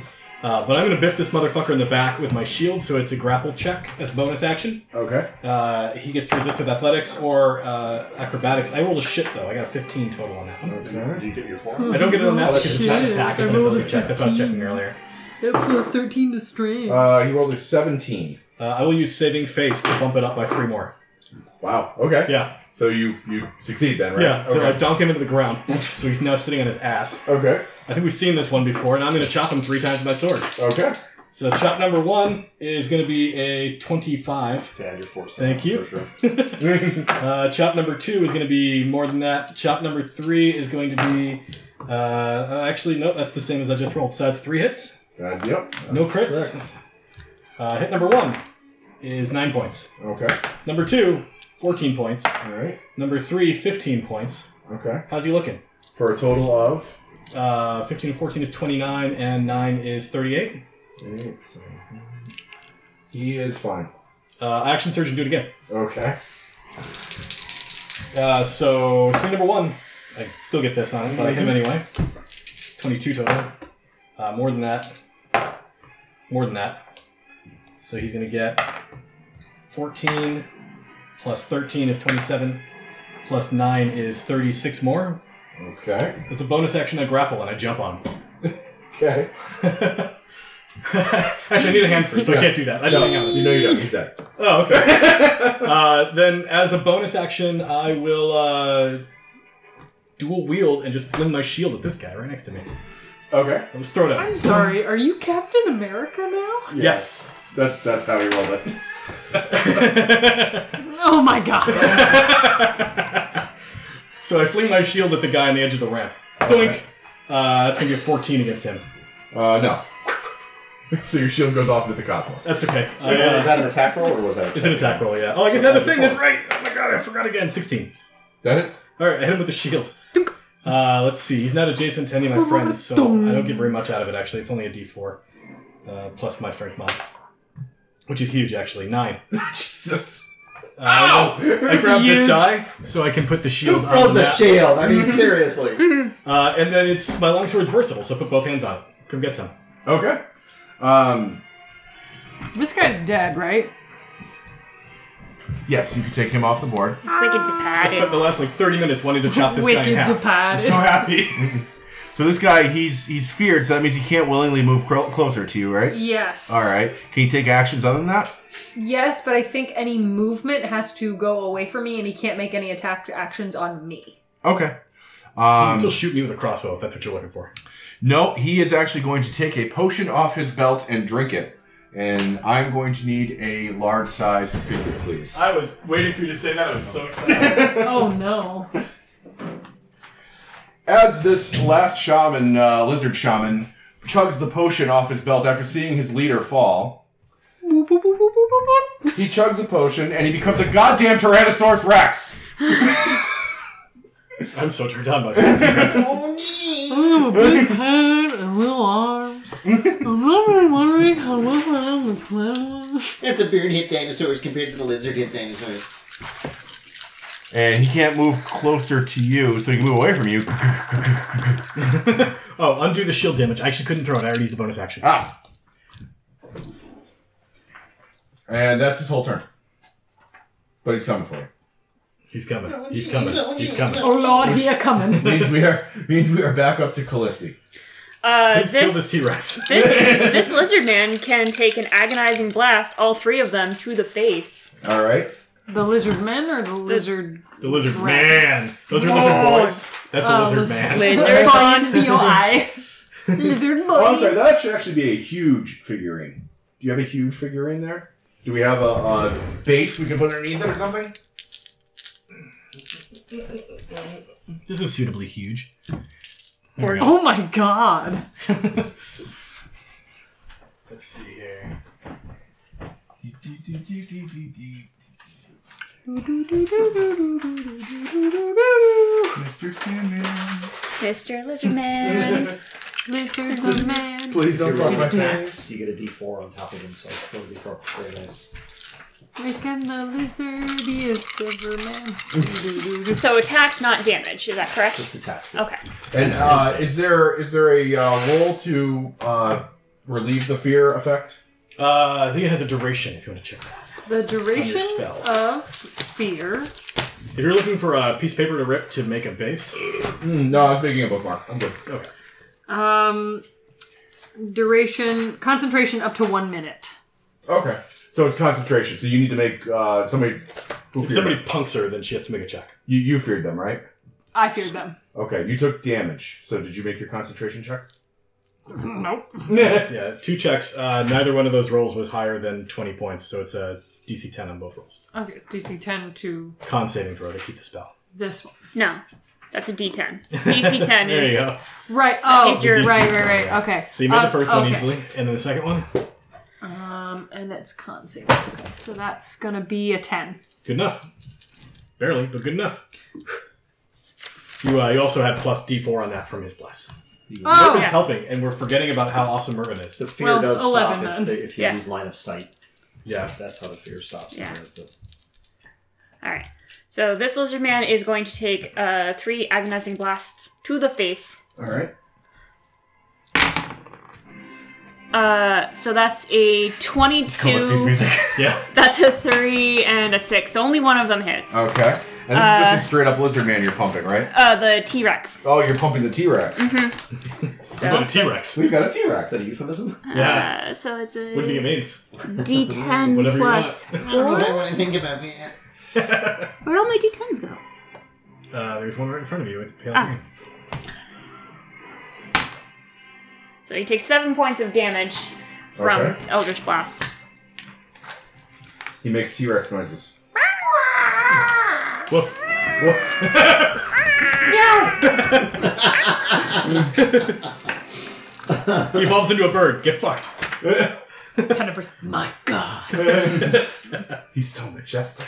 Uh, but I'm going to biff this motherfucker in the back with my shield, so it's a grapple check as bonus action.
Okay.
Uh, he gets to resist with athletics or uh, acrobatics. I rolled a shit though. I got a 15 total on that. one.
Okay.
Do you get your four?
I don't get it on that
Oh,
one because it's not an
shit.
attack.
I
It's an
rolled a
ability check. That's what I was
15.
checking earlier.
It plus 13 to strength.
Uh, he rolled a 17.
Uh, I will use saving face to bump it up by three more.
Wow. Okay.
Yeah,
So you you succeed then, right?
yeah. So I
Okay.
dunk him into the ground. So he's now sitting on his ass.
okay.
I think we've seen this one before, and I'm going to chop him three times with my sword.
Okay.
So chop number one is going to be a 25.
To add your fours. to
Thank
that,
you.
For sure.
Uh, chop number two is going to be more than that. Chop number three is going to be. Uh, uh, actually, no, that's the same as I just rolled. So that's three hits,
Uh, yep. that's
no crits.
correct.
Uh, hit number one is nine points.
Okay.
Number two, 14 points.
All right.
Number three, 15 points.
Okay.
How's he looking?
For a total of.
Uh, 15 and 14 is 29, and 9 is 38.
Eight, so- He is fine.
Uh, action surge and do it again.
Okay.
Uh, so swing number one. I still get this on it, but I hit him anyway. Twenty-two total. Uh, more than that. More than that. So he's gonna get fourteen plus thirteen is twenty-seven. Plus nine is thirty-six more.
Okay.
It's a bonus action. I grapple and I jump on him.
Okay.
Actually, I need a hand free, so I can't do that. I just
No,
hang out.
you know you don't. He's dead.
Oh, okay. uh, then, as a bonus action, I will uh, dual wield and just fling my shield at this guy right next to me.
Okay.
I'll just throw it at him.
I'm sorry, are you Captain America now?
Yes.
That's that's how he rolled it.
Oh my god.
so I fling my shield at the guy on the edge of the ramp. Doink. Uh, that's gonna be a 14 against him.
Uh, no. so your shield goes off into the cosmos.
That's okay. I,
Wait,
uh,
was that an attack roll or was that?
it's an attack roll, yeah. Oh, I guess I had the thing. That's right. Oh my god, I forgot again. 16.
That is.
All right, I hit him with the shield. Uh, let's see. He's not adjacent to any of my friends, so I don't get very much out of it. Actually, it's only a D4 uh, plus my strength mod, which is huge. Actually, nine.
Jesus.
Uh, I grab this die so I can put the shield
Who
on
builds a
that,
shield? I mean, seriously.
uh, and then it's my longsword's versatile, so I put both hands on it. Come get some.
Okay. Um.
this guy's dead, right?
Yes, you can take him off the board.
It's wicked
I spent
departed.
the last like 30 minutes wanting to chop this guy in
Wicked
half. I'm so
divided.
happy.
So this guy, he's he's feared, so that means he can't willingly move cro- closer to you, right?
Yes.
All right. Can you take actions other than that?
Yes, but I think any movement has to go away from me, and he can't make any attack actions on me.
Okay.
You can
Um,
still shoot me with a crossbow if that's what you're looking for.
no, he is actually going to take a potion off his belt and drink it. And I'm going to need a large size figure, please.
I was waiting for you to say that. I was so excited.
oh no.
As this last shaman, uh, lizard shaman, chugs the potion off his belt after seeing his leader fall. He chugs the potion and he becomes a goddamn Tyrannosaurus Rex.
I'm so turned on by this.
Oh, gee.
Ooh, big head and little arms. I'm not really wondering how well I am with clowns.
That's a beard hip dinosaurs compared to the lizard hip dinosaurs.
And he can't move closer to you, so he can move away from you.
oh, undo the shield damage. I actually couldn't throw it. I already used a bonus action.
ah. And that's his whole turn. But he's coming for you.
He's coming.
Oh,
He's
jeez.
coming.
Oh,
He's
jeez.
coming.
Oh lord, here coming.
means we are means we are back up to Callisti.
Uh,
Let's kill
this,
this T Rex.
this, this lizard man can take an agonizing blast, all three of them, to the face.
All right.
The lizard men or the lizard
The lizard
Rex.
man. Those are
Lord.
lizard boys. That's a
Oh,
lizard
lizard
man.
man.
lizard
Lizard
boys?
man.
B O I. Lizard boys.
Oh, I'm sorry. That should actually be a huge figurine. Do you have a huge figurine there? Do we have a, a base we can put underneath it or something?
This is suitably huge. There we go.
Oh my god.
Let's see here.
Mr. Sandman.
Mr. Lizard Man.
Lizard man.
Please don't fuck my
attacks, you get a D4 on top of them, so roll a D4 before this.
Reckon the lizardiest ever man.
so attacks, not damage. Is that correct?
Just attacks.
Okay.
And uh, is there is there a uh, roll to uh, relieve the fear effect?
Uh, I think it has a duration if you want to check that.
The duration
spell.
of fear.
If you're looking for a piece of paper to rip to make a base,
Mm, no, I was making a bookmark. I'm good.
okay.
Um, duration concentration up to one minute.
Okay. So it's concentration. So you need to make uh, somebody. Who
If
feared
somebody
them?
punks her, then she has to make a check.
You, you feared them, right?
I feared them.
Okay, you took damage. So did you make your concentration check?
Nope.
Yeah, two checks. Uh, neither one of those rolls was higher than 20 points, so it's a DC 10 on both rolls.
Okay, DC ten to
Con saving throw to keep the spell.
this one.
No. That's a D10. DC 10
There
is.
you go.
Right. Oh,
Is your-
right, right,
DC,
right.
yeah.
Okay.
So you made
Um,
the first one
okay.
easily, and then the second one?
Um, and it's con saving. Okay, so that's gonna be a ten.
Good enough. Barely, but good enough. You, uh, you also had plus D4 on that from his bless.
Oh,
Mervin's
yeah.
helping, and we're forgetting about how awesome Mervin is.
The fear
Well,
does
11
stop
then.
if, they, if you
Yeah.
lose line of sight.
Yeah.
That's how the fear stops.
Yeah.
The-
All right. So this lizard man is going to take uh, three agonizing blasts to the face.
All right.
Uh, so that's a
Callisti's
22.
music.
Yeah.
That's a three and a six. Only one of them hits.
Oh.
Okay. And this is just a straight up lizard man you're pumping, right?
Uh, the T Rex.
Oh, you're pumping the T Rex.
Mm-hmm.
We've got a T Rex.
We've got a T
Is
Rex.
that a euphemism?
Yeah.
Uh, so it's
What do you think it
a
means?
D10
Whatever you
plus
I don't know if I
four.
want to think about that.
Where'd all my D10s go?
Uh, there's one right in front of you. It's pale
Ah.
green.
So he takes seven points of damage from
Okay.
Eldritch Blast.
He makes T Rex noises.
Woof.
Woof.
He evolves into a bird. Get fucked.
It's hundred percent. My God.
He's so majestic.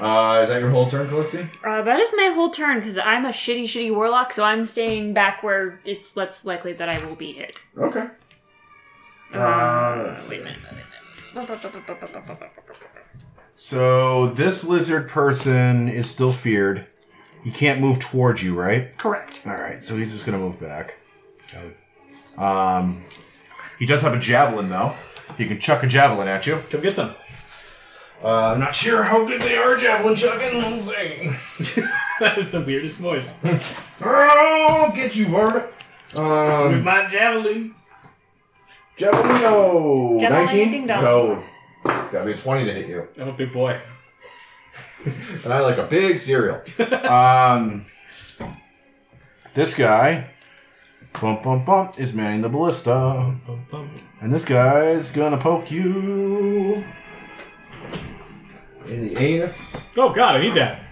uh, is that your whole turn, Callisti?
Uh, that is my whole turn because I'm a shitty, shitty warlock, so I'm staying back where it's less likely that I will be hit.
Okay.
Uh,
Uh, let's
wait a
see.
minute. wait a minute.
So this lizard person is still feared. He can't move towards you, right?
Correct.
All right, so he's just gonna move back. Um, he does have a javelin though. He can chuck a javelin at you.
Come get some.
Uh, I'm not sure how good they are javelin chucking. We'll see.
That was the weirdest voice.
I'll get you, Varda. Um,
With my javelin.
javelin, no.
Javelin,
Nineteen.
ding dong.
No. It's gotta be a twenty to hit you,
I'm a big boy.
and I like a big cereal. um, this guy, bump bump bump, is manning the ballista. And this guy's gonna poke you in the anus.
Oh god, I need that.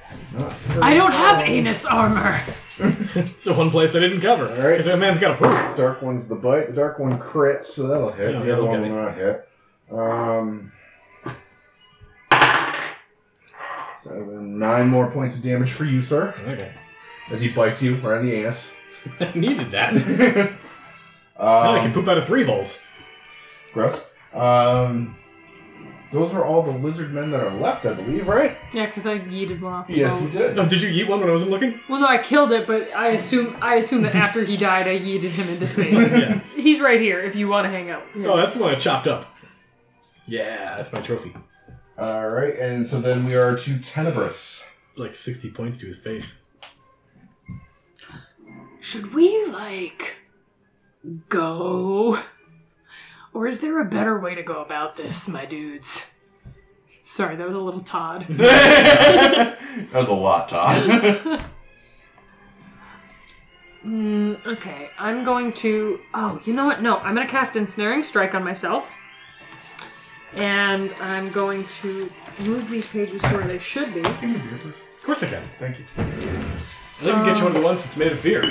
I
Oh.
don't have anus armor.
It's the one place I didn't cover.
All right.
Because that man's got a poop.
Dark one's the bite. The dark one crits, so that'll hit.
Yeah,
the other
that'll
one will
get
not hit. Um, seven, nine more points of damage for you, sir,
Okay.
as he bites you right in the anus.
I needed that. now I can
um,
poop out of three holes.
gross. Um, those are all the lizard men that are left, I believe, right?
Yeah, because I yeeted one off the
Yes,
boat.
you did.
Oh, did you eat one when I wasn't looking?
Well, no, I killed it, but I assume I assume that after he died, I yeeted him into space.
yes.
He's right here if you want to hang out.
Oh, that's the one I chopped up. Yeah, that's my trophy.
All right, and so then we are to Tenebris.
Like 60 points to his face.
Should we like go? Or is there a better way to go about this, my dudes? Sorry, that was a little Todd.
that was a lot, Todd.
Mm, okay, I'm going to. Oh, you know what? No, I'm going to cast Ensnaring Strike on myself. And I'm going to move these pages to where they should be.
Of course I can.
Thank you.
I think I can get
Uh,
you one of the ones that's made of beer.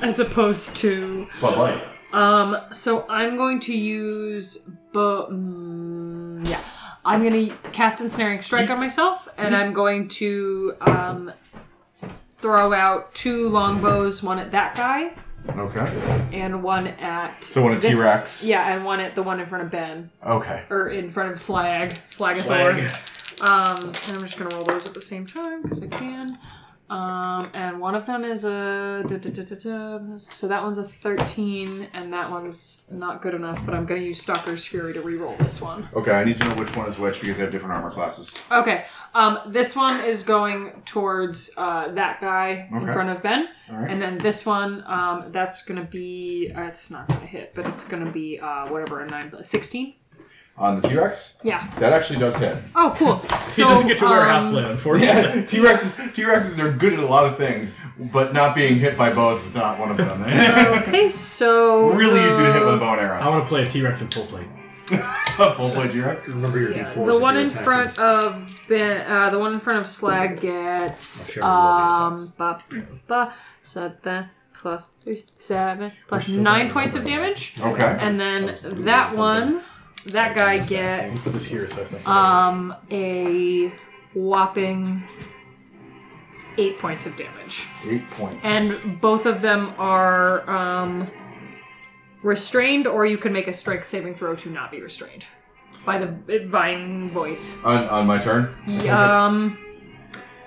As opposed to
But like,
Um, so I'm going to use bo- mm, yeah. I'm going to cast ensnaring strike on myself, and I'm going to um, throw out two longbows, one at that guy,
okay.
and one at
So one at
this-
T-Rex.
Yeah, and one at the one in front of Ben
Okay.
or in front of Slag, Slagathor.
Slag.
Um, and I'm just gonna roll those at the same time because I can. Um, and one of them is a da, da, da, da, da. so that one's a 13, and that one's not good enough. But I'm gonna use Stalker's Fury to re-roll this one.
Okay, I need to know which one is which because they have different armor classes.
Okay, um, this one is going towards uh, that guy
Okay.
in front of Ben,
All right.
and then this one, um, that's gonna be uh, it's not gonna hit, but it's gonna be uh, whatever a nine, 16.
On the T Rex?
Yeah.
That actually does hit.
Oh, cool.
He
So,
doesn't get to wear a half
um,
plate, unfortunately.
Yeah, T Rexes T Rexes are good at a lot of things, but not being hit by bows is not one of them.
Okay, so
really easy to hit with a
the-
bow and
I
arrow.
want to play a T Rex in full plate.
A full play T Rex.
Remember your
Yeah,
D4s.
the
if
one
you're
in
attacking.
front of ben, uh, the one in front of Slag gets
Sure,
um
we'll
ba, ba, so that plus seven plus
We're still
nine
not
points of
remembering
damage,
Okay.
and then
That was-
that
something.
one, that guy
Let's put this
gets
here so it's not
um a whopping eight points of damage,
Eight points.
and both of them are um restrained, or you can make a strength saving throw to not be restrained by the vine voice.
On, on my turn.
Um,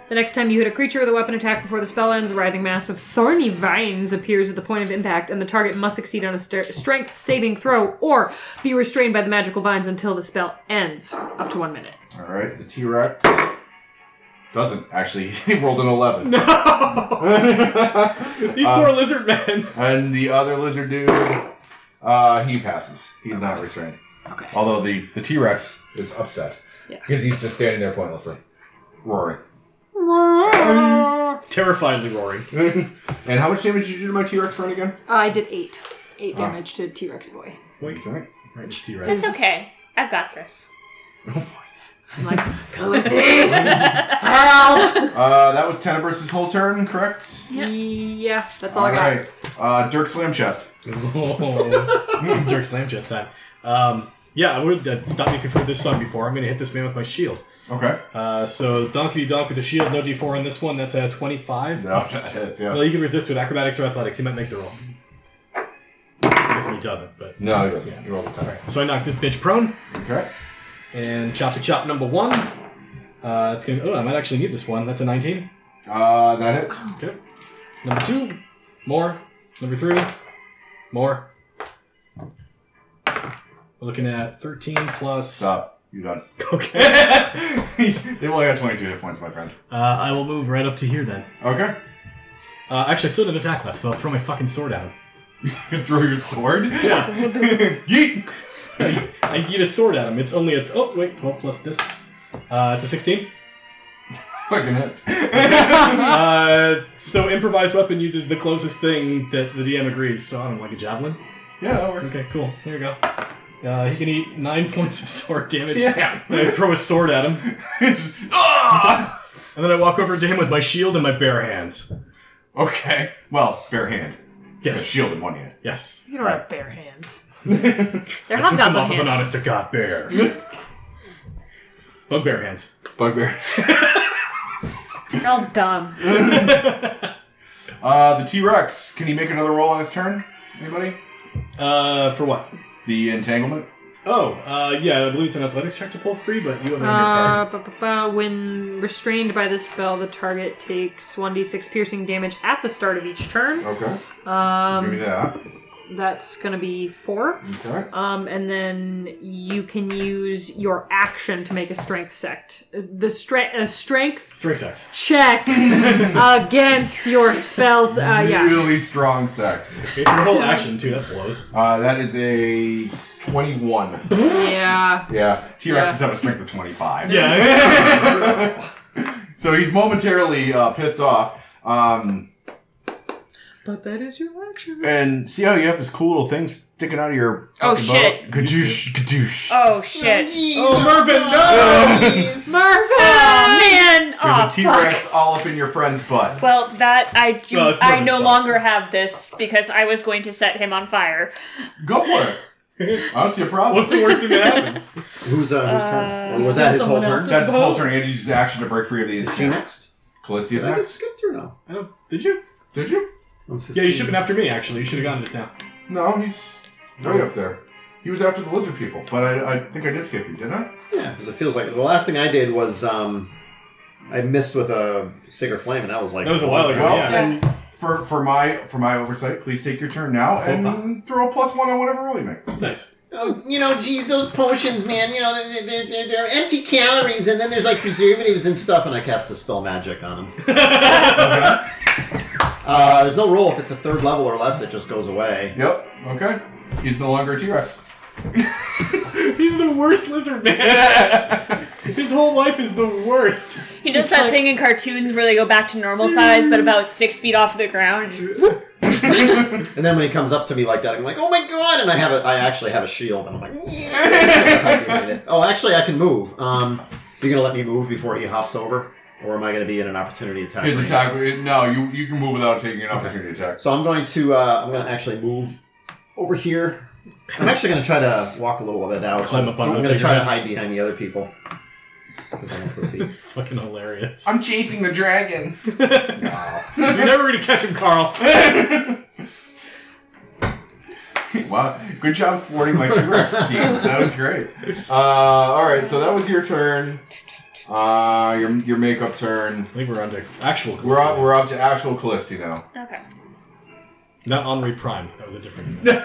the next time you hit a creature with a weapon attack before the spell ends, a writhing mass of thorny vines appears at the point of impact, and the target must succeed on a st- strength saving throw or be restrained by the magical vines until the spell ends, up to one minute.
All right. The T Rex doesn't actually. He rolled an eleven.
These poor lizard men.
and the other lizard dude, uh, he passes. He's not restrained.
Okay.
Although the the T Rex is upset
Yeah.
because he's just standing there pointlessly, roaring.
Terrifiedly roaring.
and how much damage did you do to my T Rex friend again?
I did eight. Eight
Ah.
damage to T Rex Boy.
Okay.
Rich T Rex.
Is-
It's okay. I've got this.
I'm like, Felicity, help!
Uh, that was Tenebris's whole turn, correct?
Yeah, that's all,
All
I got.
right. Uh, Dirk Slam Chest.
it's Dirk Slam chest time. Um, yeah, I would uh, stop me if you've heard this song before. I'm going to hit this man with my shield.
Okay.
Uh, so donkey donk with the shield, no d4 on this one. That's a 25.
No, that hits,
No,
yeah.
you can resist with acrobatics or athletics. He might make the roll. I guess he doesn't, but.
No, he doesn't. You rolled a 10.
So I knock this bitch prone
Okay.
and chop a chop number one. Uh, it's gonna. Oh, I might actually need this one. That's a 19.
Uh, that hits.
Okay. Number two, more. Number three, more. We're looking at 13 plus.
Stop. You're done.
Okay.
They've only got 22 hit points, my friend.
Uh, I will move right up to here then.
Okay.
Uh, actually, I still have an attack left, so I'll throw my fucking sword out.
You throw your sword?
Yeah.
Yeet!
I eat a sword at him. It's only a. Oh, wait, 12 plus this. Uh, it's a 16.
Fucking hits.
Uh, so improvised weapon uses the closest thing that the DM agrees. So I don't know, like a javelin.
yeah, that works.
Okay, cool. Here we go. Uh, he can eat nine points of sword damage.
Yeah.
I throw a sword at him.
It's just, ah!
And then I walk over to him with my shield and my bare hands.
Okay. Well, bare hand. A
Yes.
shield in one hand.
Yes.
You don't have bare hands.
They're
I took them
hobgoblin
off of an
hands.
honest to God bear. Bugbear hands.
Bugbear.
They're all dumb.
Uh, the T Rex. Can he make another roll on his turn? Anybody?
Uh, for what?
The entanglement.
Oh, uh, yeah, I believe it's an athletics check to pull free, but you have an undercard.
Uh, ba- ba- ba, when restrained by this spell, the target takes 1d6 piercing damage at the start of each turn.
Okay.
Um,
Give me that.
That's going to be 4.
Okay.
Um, and then you can use your action to make a strength sect. The stre- uh, strength
Three sex.
check against your spells. Uh, yeah.
Really strong sex.
If your whole action, too, that blows.
Uh, that is a s- 21.
Yeah.
Yeah. T Rexes
Yeah.
have a strength of 25.
Yeah.
So he's momentarily uh, pissed off. Um,
But that is your action.
and see how you have this cool little thing sticking out of your.
Oh,
fucking
shit.
Boat? Gadoosh, gadoosh.
Oh shit.
oh, Mervin, no!
Marvin!
Oh man. Oh,
There's a T Rex all up in your friend's butt.
Well, that I do,
Well, it's
I
Mervin's
no
fault.
longer have this because I was going to set him on fire.
Go for it. I don't see a problem.
What's the worst thing that happens?
Who's, uh, whose turn? Or was that his whole turn?
That's his whole turn. He had to use his action to break free of the
Is she
instant.
next?
Callisti is
Did I get
next.
skipped or no?
I don't, did you?
Did you?
I'm
Yeah, you
15.
should have been after me, actually. You should have gotten just now.
No, he's way up there. He was after the lizard people, but I, I think I did skip you, didn't I?
Yeah, because it feels like the last thing I did was um, I missed with a Sigurd Flame, and that was like
That was a while ago,
Well,
yeah.
then for for my for my oversight, please take your turn now and throw a plus one on whatever roll you make.
Nice.
Oh, you know, geez, those potions, man. You know, they- they- they're, they're, they're empty calories, and then there's like preservatives and stuff. And I cast a spell magic on him. uh, there's no roll if it's a third level or less; it just goes away.
Yep. Okay. He's no longer a T Rex.
He's the worst lizard man. His whole life is the worst.
He does that thing in cartoons where they go back to normal size, but about six feet off the ground.
And then when he comes up to me like that, I'm like, "Oh my god!" And I have a, I actually have a shield, and I'm like, yeah. behind it. "Oh, actually, I can move." Um, you gonna let me move before he hops over, or am I gonna be in an opportunity attack?
His
range?
attack. No, you you can move without taking an opportunity attack.
So I'm going to uh, I'm going to actually move over here. I'm actually going to try to walk a little bit out. So
Climb up on
I'm
the
going to try to
figurehead.
hide behind the other people because I'm a pussy.
It's fucking hilarious.
I'm chasing the dragon.
You're never gonna catch him, Carl.
wow. Good job thwarting my T Rex schemes. That was great. Uh, all right. So that was your turn. Uh, your your makeup turn.
I think we're on to actual.
We're up, we're up to actual Callisti now.
Okay.
Not Henri Prime. That was a different. Name.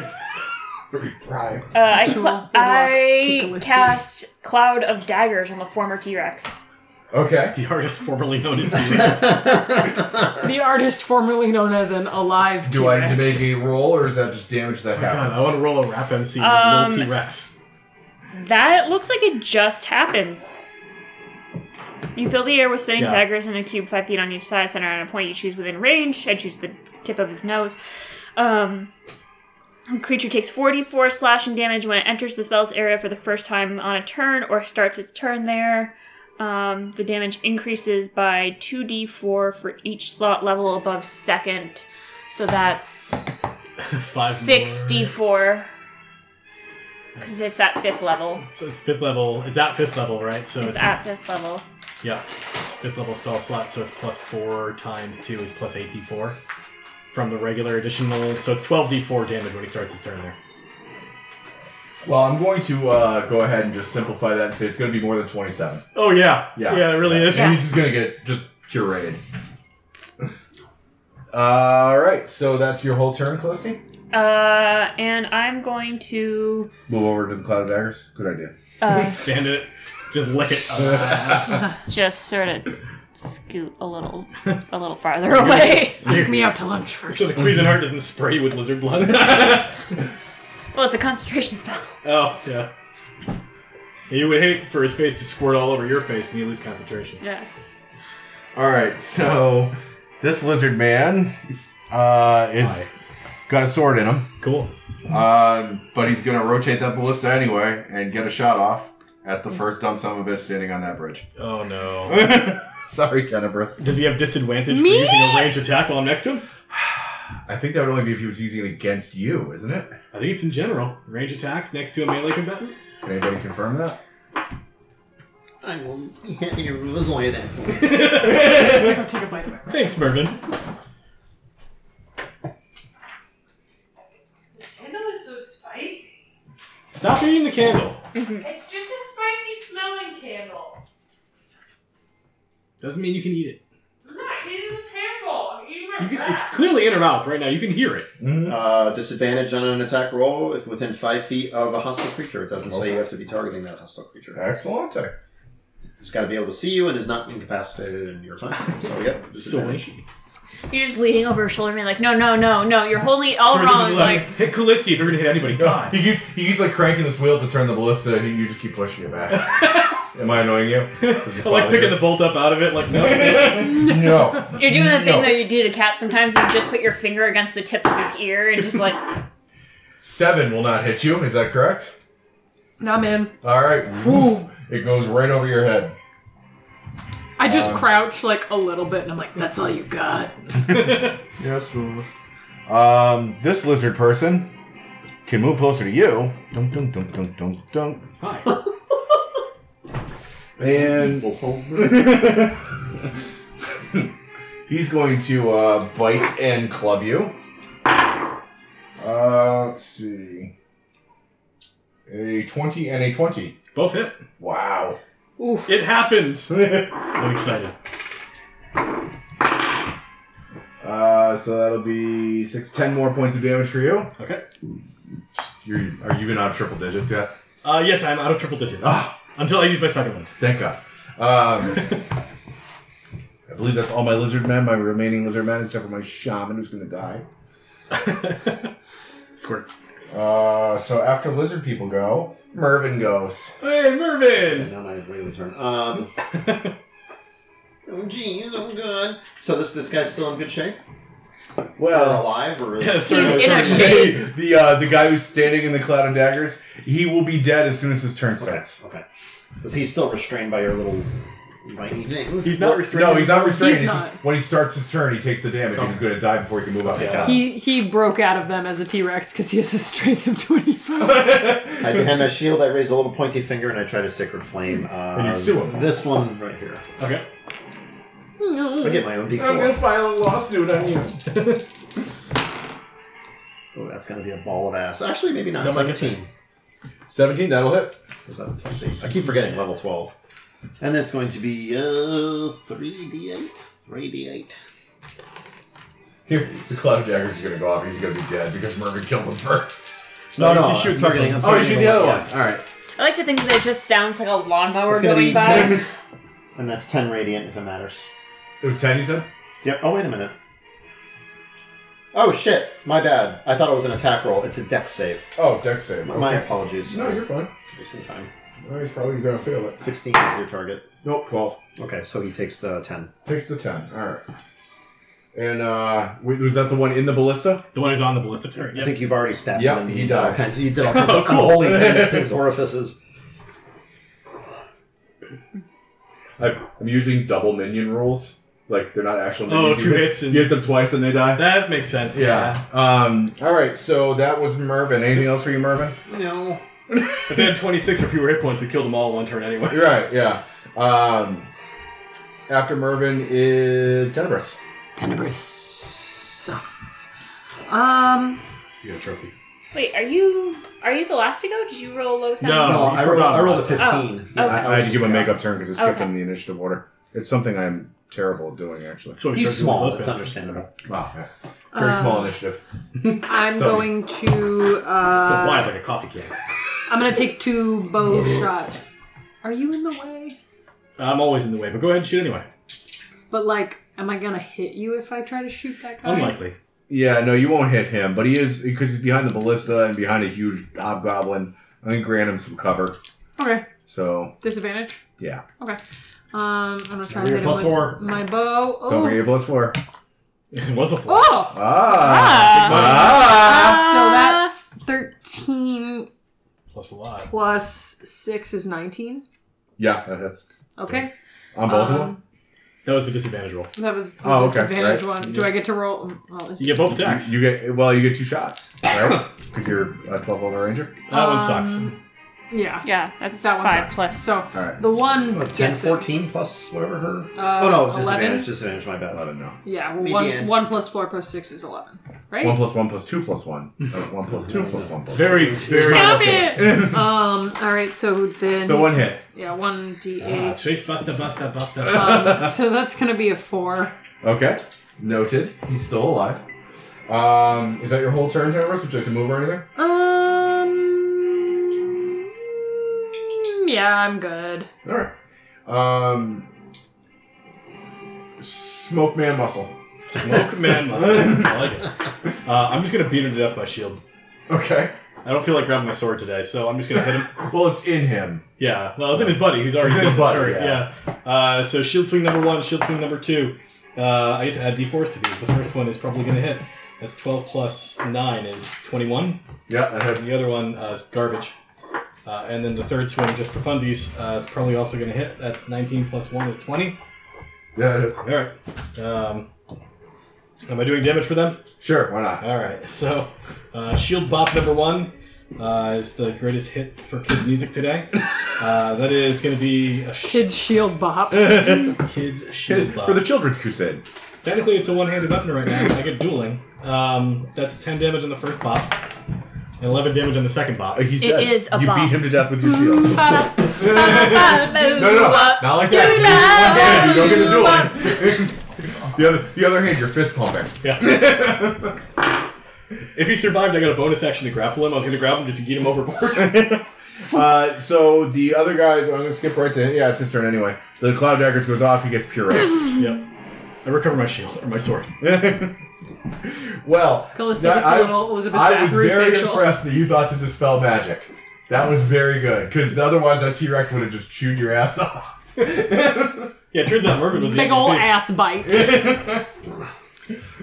Right.
Uh, I,
Sure,
cla-
good luck. Take a
I
list
cast Cloud of Daggers on the former T Rex.
Okay.
the artist formerly known as T-Rex.
The artist formerly known as an alive
Do I
T-Rex.
need to make a roll, or is that just damage
Oh
that
God,
happens?
I want to roll a rap MC with
Um,
Lil T Rex.
That looks like it just happens. You fill the air with spinning
Yeah.
daggers in a cube five feet on each side, center on a point you choose within range. I choose the tip of his nose. Um, creature takes 44 slashing damage when it enters the spell's area for the first time on a turn or starts its turn there. Um, the damage increases by 2d4 for each slot level above second. So that's
Five.
64. Because it's at fifth level.
More. So it's fifth level. It's at fifth level, right? So it's,
It's at fifth level.
yeah. It's fifth level spell slot. So it's plus four times two is plus eight d4 from the regular additional. So it's twelve d4 damage when he starts his turn there.
Well, I'm going to uh, go ahead and just simplify that and say it's going to be more than 27.
Oh yeah.
Yeah.
Yeah, it really is.
And he's just going to get just pureed. All right, so that's your whole turn, Callisti.
Uh, and I'm going to.
Move over to the cloud of daggers. Good idea.
Uh,
Stand it. Just lick it. Uh,
just sort of scoot a little a little farther away.
Ask me out to lunch first.
so the Cuisinart heart doesn't spray you with lizard blood.
well, it's a concentration spell.
oh yeah. You would hate for his face to squirt all over your face and you lose concentration.
Yeah.
All right, so this lizard man uh, is got a sword in him,
Cool.
um, but he's going to rotate that ballista anyway and get a shot off at the first dumb son of a bitch standing on that bridge.
Oh no.
Sorry, Tenebris.
Does he have disadvantage
Me?
for using a range attack while I'm next to him?
I think that would only be if he was using it against you, isn't it?
I think it's in general. Range attacks next to a melee combatant.
Can anybody confirm that?
I will be happy to rules away that for you.
I'll take a bite of it.
Thanks, Mervin.
Candle is so spicy.
Stop eating the candle.
It's just a spicy smelling candle.
Doesn't mean you can eat it.
I'm not eating the candle. I'm eating my
You can, it's
back.
clearly in her mouth right now. You can hear it.
Uh, disadvantage on an attack roll if within five feet of a hostile creature. It doesn't say you have to be targeting that hostile creature.
Excellent.
It's got to be able to see you and is not incapacitated in your time. So, yep. disadvantage.
Soy.
You're just leaning over her shoulder and being like, no, no, no, no, you're holding all
Further to the
wrong.
left.
Like,
hit Callisti if you're gonna hit anybody. God.
He keeps he keeps like cranking this wheel to turn the ballista, and you just keep pushing it back. Am I annoying you? Does this
I like
bother
picking
you?
the bolt up out of it. Like no.
no.
you're doing the thing
No.
that you do to cats sometimes. You just put your finger against the tip of his ear and just like,
Seven will not hit you. Is that correct?
Nah, man.
All right. Woof. It goes right over your head.
I just crouch like a little bit, and I'm like, "That's all you got."
Yes, Lord.
Um, this lizard person can move closer to you. Dunk, dunk, dunk, dunk, dunk, dunk.
Hi.
And he's going to uh, bite and club you. Uh, let's see. A 20 and a 20.
Both hit.
Wow.
It happened. I'm excited.
Uh, so that'll be six, ten more points of damage for you.
Okay.
You're, are you even on triple digits yet?
Uh, yes, I'm out of triple digits
Ah.
until I use my second one.
Thank God. Um, I believe that's all my lizard men, my remaining lizard men, except for my shaman who's going to die.
Squirt.
Uh, so after lizard people go, Mervin goes.
Hey, Mervin.
And now my regular turn. Um, oh, jeez. Oh, God. So, this this guy's still in good shape? or alive? Or is...
Yeah, sorry,
He's
sorry,
in a
sorry.
shape.
the uh, the guy who's standing in the cloud of daggers, he will be dead as soon as his turn
Okay.
starts.
Okay. Because he's still restrained by your little viney things.
He's not restrained.
No, he's not restrained.
He's
It's just when he starts his turn, he takes the damage. He's going to die before he can move up.
Yeah.
He he broke out of them as a T Rex because he has a strength of 25.
I behind my shield, I raise a little pointy finger and I try to sacred flame. Uh,
And you sue him.
This one right here.
Okay.
I get my own d4.
file a lawsuit on you.
Oh, that's gonna be a ball of ass. Actually, maybe not.
That might get
Seventeen.
Seventeen, that'll hit.
'Cause I'm pussy. I keep forgetting level twelve. And that's going to be uh three d eight. Three d eight.
Here, the cloud of daggers is going to go off. He's going to be dead because Mervin killed him first.
No,
No,
he's-
no.
he's shooting
I'm
this
targeting.
one.
I'm
Oh, you
targeting
shoot the other
yeah,
one.
All right.
I like to think that it just sounds like a lawnmower
It's gonna
going
be
by.
ten, and that's ten radiant if it matters.
It was ten, you said.
Yep. Oh, wait a minute. Oh shit! My bad. I thought it was an attack roll. It's a deck save.
Oh, deck save.
My
Okay.
apologies.
No, you're fine.
Wasting time.
No, he's probably going to fail it.
16 is your target.
Nope, twelve
Okay, so he takes the 10.
takes the ten. All right. And uh, wait, was that the one in the ballista?
The one who's on the ballista turret.
I
Yep.
think you've already stabbed
Yep,
him.
he
You did
dies.
all kinds- You did all kinds
Oh,
of
cool.
unholy things to his orifices.
I, I'm using double minion rules. Like they're not actual
Oh,
minions.
two
You hit-
hits and-
you hit them twice and they die.
That makes sense.
yeah. Um. All right. So that was Mervin. Anything else for you, Mervin?
No.
If they had 26 or fewer hit points, we killed them all in one turn anyway.
You're right. Yeah. Um. After Mervin is Tenebris.
Tenebris. Um,
You got a trophy.
Wait, are you are you the last to go? Did you roll low sound?
No.
No,
Oh, you
I, rolled,
forgot
I rolled a
about that.
15.
Oh, okay.
I, I had to give him a makeup turn because it skipped
Okay.
him in the initiative order. It's something I'm terrible at doing, actually.
That's why we
He's
started doing
small.
those
That's
bits.
understandable.
Wow. yeah. Very
Um,
small initiative.
I'm
Stubby.
going to.
But
Uh,
wide like a coffee can.
I'm gonna take two bow shot. Are you in the way?
I'm always in the way, but go ahead and shoot anyway.
But like, am I gonna hit you if I try to shoot that guy?
Unlikely.
Yeah, no, you won't hit him, but he is because he's behind the ballista and behind a huge hobgoblin. I'm gonna grant him some cover.
Okay.
So
Disadvantage.
yeah,
Um, I'm gonna
We're
try to hit him
plus
with
four.
my bow.
don't forget
Oh.
your plus four.
It was a four.
Oh.
Ah,
so that's 13
Plus a lot.
plus 6 is 19.
yeah, that hits
Okay.
on both of
Um,
them.
That was the disadvantage roll.
That was the
Oh, okay,
disadvantage
right.
one. Do I get to roll? Well, it's
You get both attacks.
You get well. You get two shots, right? Because you're a 12 level ranger.
that one sucks.
Um, yeah.
Yeah, that's
That one
five
sucks.
plus.
So
All right.
the one
What, 10,
gets it.
14 plus whatever her.
Uh,
oh no,
11?
disadvantage, disadvantage, my bad.
11 now.
Yeah, well,
Maybe
one,
in.
one plus four plus six is 11, right?
One plus one plus two plus one. Uh, one plus two plus one plus.
Very, very.
Stop it! um, alright, so then.
So one hit.
Yeah, one
Ah,
d8.
Chase Busta Busta Busta.
Ah,
Um, so that's gonna be a four.
Okay. Noted. He's still alive. Um, is that your whole turn, Generous? Would you like to move or anything?
Um. Yeah, I'm good.
All right. Um, smoke man muscle.
Smoke man muscle. I like it. Uh, I'm just gonna beat him to death with my shield.
Okay.
I don't feel like grabbing my sword today, so I'm just gonna hit him.
Well, it's in him.
Yeah, well, it's in his buddy, who's already
It's in
in
his
the
buddy,
turret. Yeah. Uh, so shield swing number one, shield swing number two. Uh, I get to add d4s to these. The first one is probably going to hit. That's 12 plus 9 is 21.
Yeah, that
And
hits.
the other one uh, is garbage. Uh, and then the third swing, just for funsies, uh, is probably also going to hit. That's 19 plus 1 is 20.
Yeah, that hits.
All right. Um, am I doing damage for them?
Sure, why not?
All right. So uh, shield bop number one uh, is the greatest hit for kids music today. Uh, that is going to be a sh-
Kids shield bop.
Kids shield bop.
For the Children's Crusade.
Technically, it's a one-handed weapon right now. I get dueling. Um, that's ten damage on the first bop, and eleven damage on the second bop.
Uh, He's
It
dead.
is a
you
bomb.
beat him to death with your shield. no,
no,
no, no. Not like that. You get one hand, you don't get a duel. the, other, the other hand, you're fist pumping.
Yeah. if he survived, I got a bonus action to grapple him. I was going to grab him just to get him overboard.
Uh, so the other guy, I'm going to skip right to Yeah, it's his turn anyway. The Cloud Daggers goes off, he gets pureed.
yep. I recover my shield or my sword.
well,
Callista
that-
gets
I-
a little Elizabeth
I was
Bathory
very
facial.
impressed that you thought to dispel magic. That was very good, because otherwise that T Rex would have just chewed your ass off.
Yeah, it turns out Mervin was the
Big
MVP.
ol' ass bite.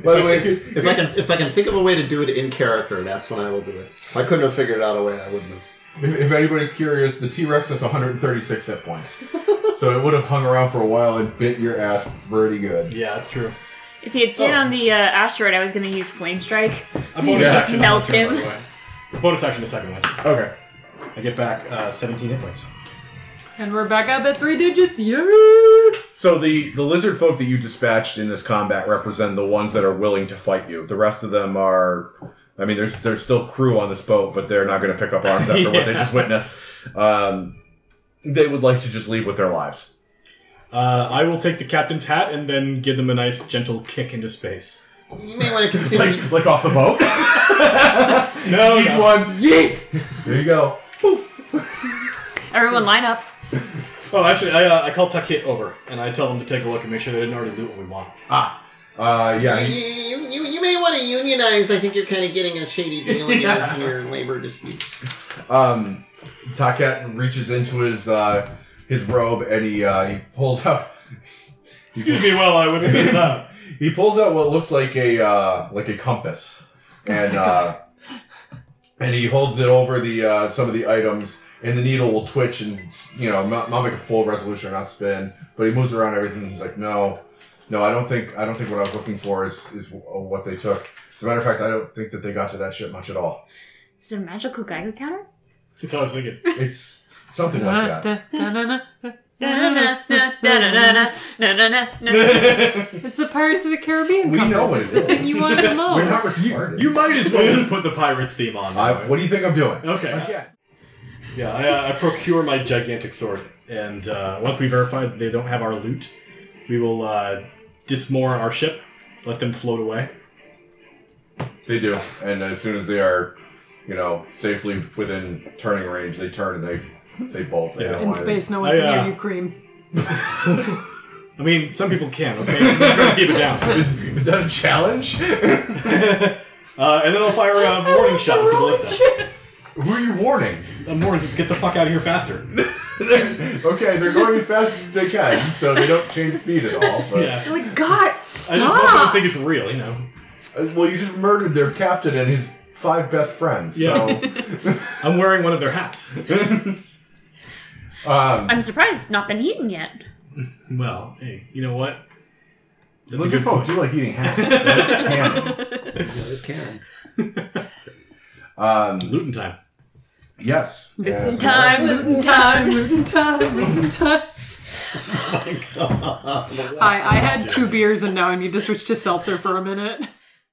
By the way,
If I can, if I can think of a way to do it in character, that's when I will do it. If I couldn't have figured out a way, I wouldn't have.
If, if anybody's curious, the T Rex has 136 hit points. so it would have hung around for a while and bit your ass pretty good.
Yeah, that's true.
If he had
Oh.
stayed on the uh, asteroid, I was going to use flame strike.
A bonus
just
action. on the
melt
turn,
him.
by the way. A bonus action, the second one.
Okay.
I get back uh, 17 hit points.
and we're back up at three digits. Yeah!
So the, the lizard folk that you dispatched in this combat represent the ones that are willing to fight you. The rest of them are. I mean, there's there's still crew on this boat, but they're not going to pick up arms after what they
Yeah.
just witnessed. Um, they would like to just leave with their lives.
Uh, I will take the captain's hat and then give them a nice gentle kick into space.
You may want to consider.
Like, like off the boat?
No,
Each
no.
one, yeet! There you go.
Everyone line up.
Oh, actually, I, uh, I call Tuckit over and I tell them to take a look and make sure they didn't already loot what we want.
Ah. Uh, yeah.
you,
he-
you, you, you may want to unionize. I think you're kind of getting a shady deal in, your, in your labor disputes.
Um, Takat reaches into his uh, his robe and he uh, he pulls out
Excuse me while I whip this out.
he pulls out what looks like a uh, like a compass,
Oh
and uh, and he holds it over the uh, some of the items, and the needle will twitch and you know not, not make a full resolution, not spin, but he moves around everything. he's like, no, no, I don't think I don't think what I was looking for is is uh, what they took. As a matter of fact, I don't think that they got to that shit much at all.
Is it a magical Geiger counter?
That's what I was thinking.
It's something like that.
It's the Pirates of the Caribbean.
We know
compass.
what
It's
it
the
is.
thing you wanted the
We're not
most.
retarded.
You might as well just put the pirates theme on.
I, what do you think I'm doing?
Okay.
Again.
Yeah, I, uh, I procure my gigantic sword, and uh, once we verify that they don't have our loot, we will uh, dismoor our ship, let them float away.
They do, and as soon as they are, you know, safely within turning range, they turn and they they bolt. They
Yeah.
don't
In
want it.
space, no one
I,
can
uh,
hear you cream.
I mean, some people can. Okay, so I'm trying to keep it down.
Is, is that a challenge? Who
Uh, and then I'll fire a warning shot with the ballista.
are you warning?
I'm warning. Get the fuck out of here faster.
okay, they're going as fast as they can, so they don't change speed at all. But,
Yeah.
Like, God,
I just want them to
stop!
think it's real, you know.
Uh, Well, you just murdered their captain and his five best friends.
I'm wearing one of their hats.
So, um,
I'm surprised it's not been eaten yet.
Well, hey, you know what? That's a
Lizard
good
folk
point.
do like eating hats. That is canon.
Yeah, this can.
Um,
Looting time.
yes. yes.
Time, looting time.
Rootin' time, rootin' time.
Oh my God.
I, I had two beers and now I need to switch to seltzer for a minute.